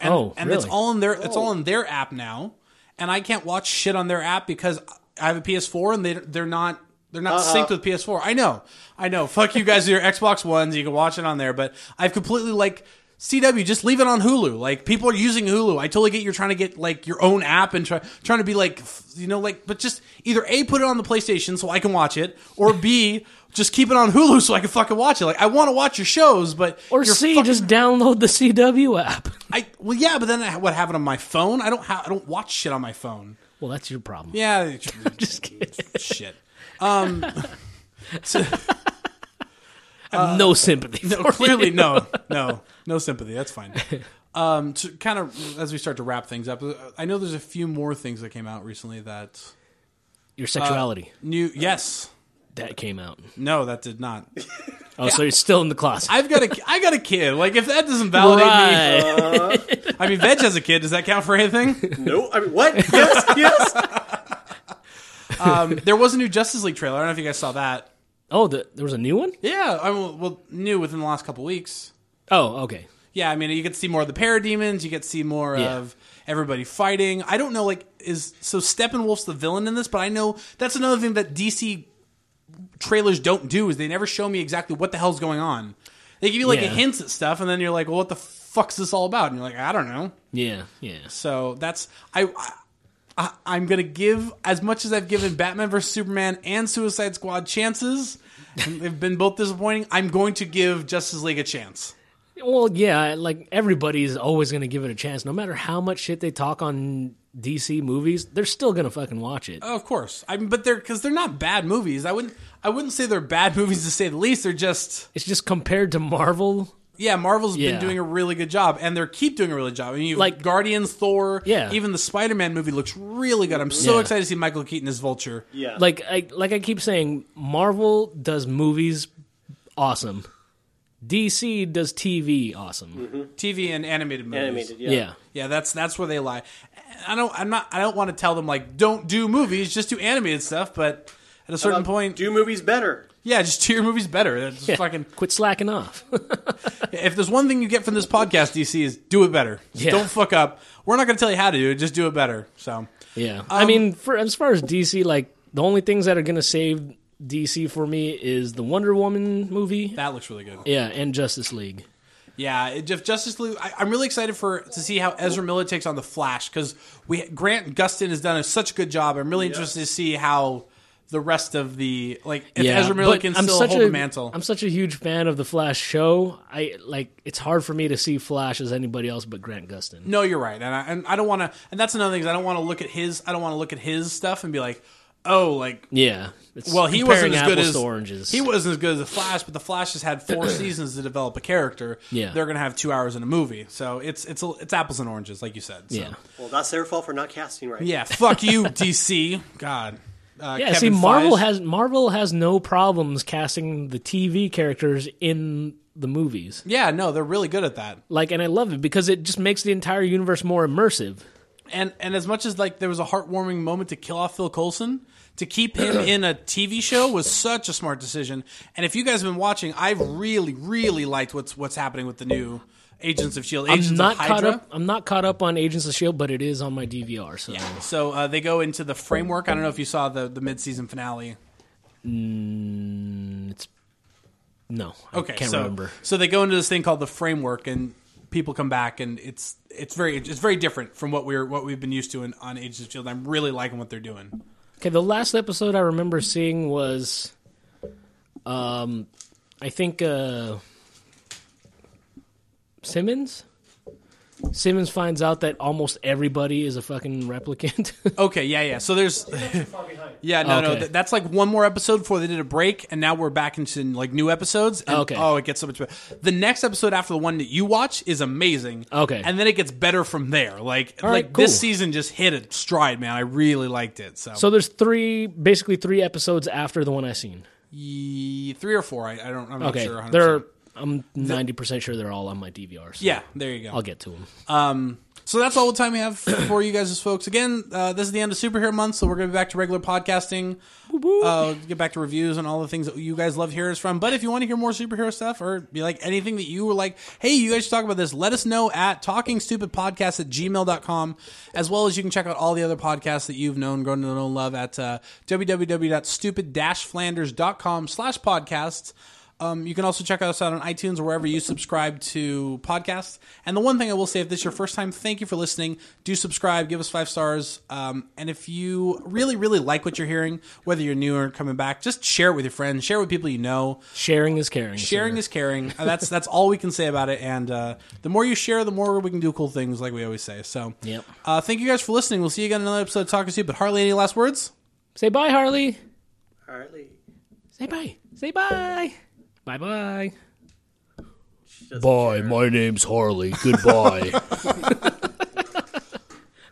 Speaker 3: And,
Speaker 4: Oh,
Speaker 3: and it's
Speaker 4: really?
Speaker 3: all in their it's all in their app now, and I can't watch shit on their app because I have a PS4 and they they're not they're not
Speaker 4: Uh-huh.
Speaker 3: synced with PS4. I know, I know. Fuck you guys, with your Xbox ones. You can watch it on there, but I've completely like. CW, just leave it on Hulu. Like people are using Hulu. I totally get you're trying to get like your own app and try trying to be like f- you know like but just either a put it on the PlayStation so I can watch it or b just keep it on Hulu so I can fucking watch it. Like I want to watch your shows, but
Speaker 4: Or
Speaker 3: you're
Speaker 4: C,
Speaker 3: fucking-
Speaker 4: just download the CW app.
Speaker 3: I well, yeah, but then I, what happened on my phone? I don't ha- I don't watch shit on my phone.
Speaker 4: Well, that's your problem.
Speaker 3: Yeah,
Speaker 4: Just kidding.
Speaker 3: shit. Um, so-
Speaker 4: I have no sympathy.
Speaker 3: Uh, no,
Speaker 4: for
Speaker 3: clearly
Speaker 4: you.
Speaker 3: no, no, no sympathy. That's fine. Um, to kind of as we start to wrap things up, I know there's a few more things that came out recently that
Speaker 4: Your sexuality
Speaker 3: new. Yes,
Speaker 4: that came out.
Speaker 3: no, that did not.
Speaker 4: Oh, so you're still in the closet.
Speaker 3: I've got a I got a kid. Like if that doesn't validate
Speaker 4: Right.
Speaker 3: me, I mean, Veg has a kid. Does that count for anything?
Speaker 2: No, I mean what? Yes, yes.
Speaker 3: Um, there was a new Justice League trailer. I don't know if you guys saw that.
Speaker 4: oh, the, there was a new one.
Speaker 3: Yeah, I well, well new within the last couple weeks.
Speaker 4: Oh, okay.
Speaker 3: Yeah, I mean, you get to see more of the parademons. You get to see more
Speaker 4: Yeah.
Speaker 3: of everybody fighting. I don't know, like, is so Steppenwolf's the villain in this, but I know that's another thing that DC trailers don't do is they never show me exactly what the hell's going on. They give you like
Speaker 4: Yeah.
Speaker 3: a hints at stuff, and then you're like, well, what the fuck's this all about? And you're like, I don't know.
Speaker 4: Yeah, yeah.
Speaker 3: So that's I. I I- I'm gonna give as much as I've given Batman vs Superman and Suicide Squad chances. and They've been both disappointing. I'm going to give Justice League a chance.
Speaker 4: Well, yeah, like everybody's always going to give it a chance, no matter how much shit they talk on DC movies. They're still going to fucking watch it.
Speaker 3: Oh, Of course, I mean, but they're because they're not bad movies. I wouldn't. I wouldn't say they're bad movies to say the least. They're just
Speaker 4: It's just compared to Marvel.
Speaker 3: yeah. Marvel's
Speaker 4: Yeah.
Speaker 3: been doing a really good job, and they're keep doing a really good job. I mean, you've
Speaker 4: Like-
Speaker 3: like Guardians, Thor,
Speaker 4: Yeah.
Speaker 3: Even the Spider-Man movie looks really good. I'm so
Speaker 4: Yeah.
Speaker 3: excited to see Michael Keaton as Vulture.
Speaker 2: Yeah.
Speaker 4: Like I like I keep saying, Marvel does movies awesome. DC does TV awesome.
Speaker 3: TV and animated movies.
Speaker 2: Animated. Yeah.
Speaker 4: Yeah.
Speaker 3: Yeah, that's that's where they lie. I don't. I'm not. I don't want to tell them like don't do movies, just do animated stuff. But at a certain point,
Speaker 2: Do movies better.
Speaker 3: yeah, just do your movies better. That's just
Speaker 4: Yeah.
Speaker 3: fucking.
Speaker 4: Quit slacking off.
Speaker 3: If there's one thing you get from this podcast, DC is do it better. Just
Speaker 4: Yeah.
Speaker 3: Don't fuck up. We're not going to tell you how to do it. Just do it better. So
Speaker 4: yeah.
Speaker 3: Um,
Speaker 4: I mean, for as far as DC, like the only things that are going to save DC for me is the Wonder Woman movie.
Speaker 3: that looks really good.
Speaker 4: Yeah, and Justice League.
Speaker 3: Yeah, it- if Justice League, I, I'm really excited for to see how Ezra Miller takes on the Flash because we Grant Gustin has done a, such a good job. I'm really interested to see how the rest of the like if
Speaker 4: yeah,
Speaker 3: Ezra Miller
Speaker 4: but
Speaker 3: can
Speaker 4: I'm
Speaker 3: still
Speaker 4: such
Speaker 3: hold
Speaker 4: a,
Speaker 3: the mantle.
Speaker 4: I'm such a huge fan of the Flash show. I like it's hard for me to see Flash as anybody else but Grant Gustin.
Speaker 3: No, you're right, and I, and I don't want to. And that's another thing is I don't want to look at his. I don't want to look at his stuff and be like, oh, like
Speaker 4: Yeah. It's
Speaker 3: well, he
Speaker 4: comparing
Speaker 3: wasn't as
Speaker 4: apples
Speaker 3: good as
Speaker 4: to oranges.
Speaker 3: He wasn't as good as the Flash, but the Flash has had four seasons to develop a character.
Speaker 4: Yeah.
Speaker 3: they're gonna have two hours in a movie, so it's it's it's apples and oranges, like you said. So.
Speaker 4: yeah.
Speaker 2: Well, that's their fault for not casting right.
Speaker 3: yeah. Fuck you, DC. God. Uh,
Speaker 4: Yeah,
Speaker 3: Kevin
Speaker 4: see Marvel
Speaker 3: Feige.
Speaker 4: has Marvel has no problems casting the TV characters in the movies.
Speaker 3: Yeah, no, they're really good at that.
Speaker 4: Like and I love it because it just makes the entire universe more immersive.
Speaker 3: And and as much as like there was a heartwarming moment to kill off Phil Coulson, to keep him in a TV show was such a smart decision. And if you guys have been watching, I've really really liked what's what's happening with the new Agents of Shield. E Agents
Speaker 4: I'm not
Speaker 3: of Hydra.
Speaker 4: caught up I'm not caught up on Agents of Shield, E but it is on my DVR, so
Speaker 3: So uh, they go into the framework. I don't know if you saw the the mid season finale.
Speaker 4: it's no, I
Speaker 3: Okay,
Speaker 4: can't
Speaker 3: so
Speaker 4: remember.
Speaker 3: so they go into this thing called the framework, and people come back, and it's it's very it's very different from what we're what we've been used to in, on Agents of Shield. E I'm really liking what they're doing.
Speaker 4: Okay, the last episode I remember seeing was, um, I think uh, Simmons. Simmons finds out that almost everybody is a fucking replicant.
Speaker 3: Okay, yeah, yeah. So there's, yeah, no, no.
Speaker 4: Okay.
Speaker 3: th- that's like one more episode before they did a break, and now we're back into like new episodes. And,
Speaker 4: Okay.
Speaker 3: Oh, it gets so much better. The next episode after the one that you watch is amazing.
Speaker 4: Okay.
Speaker 3: And then it gets better from there. Like,
Speaker 4: All
Speaker 3: like
Speaker 4: right, cool.
Speaker 3: this season just hit a stride, man. I really liked it. So,
Speaker 4: so there's three, basically three episodes after the one I seen.
Speaker 3: Ye- three or four. I, I don't. I'm not
Speaker 4: Okay,
Speaker 3: sure. 100%.
Speaker 4: they're I'm ninety percent sure they're all on my DVR. So
Speaker 3: Yeah. There you go.
Speaker 4: I'll get to them.
Speaker 3: So that's all the time we have for you guys, folks. Again, uh, this is the end of Superhero Month, so we're going to be back to regular podcasting Uh, get back to reviews and all the things that you guys love heroes from. But if you want to hear more superhero stuff or be like anything that you were like, hey, you guys should talk about this, let us know at talkingstupidpodcast at gmail.com. As well as you can check out all the other podcasts that you've known, grown to know, and love at uh, www.stupid-flanders.com slash podcasts. Um, you can also check us out on iTunes or wherever you subscribe to podcasts. And the one thing I will say, if this is your first time, thank you for listening. Do subscribe, give us five stars. Um, and if you really, really like what you're hearing, whether you're new or coming back, just share it with your friends, share it with people you know.
Speaker 4: Sharing is caring.
Speaker 3: Sharing is caring. Uh, That's that's all we can say about it. And uh, the more you share, the more we can do cool things, like we always say. So,
Speaker 4: Yep.
Speaker 3: uh, thank you guys for listening. We'll see you again in another episode of Talking Soup. But Harley, any last words?
Speaker 4: Say bye, Harley.
Speaker 2: Harley.
Speaker 4: Say bye. Say bye. Bye bye.
Speaker 2: Boy.
Speaker 4: my name's Harley. Goodbye.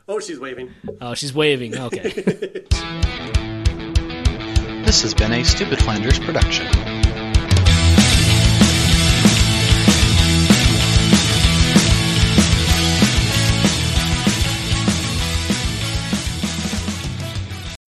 Speaker 2: Oh, she's waving.
Speaker 4: oh, she's waving. Okay.
Speaker 7: This has been a Stupid Flanders production.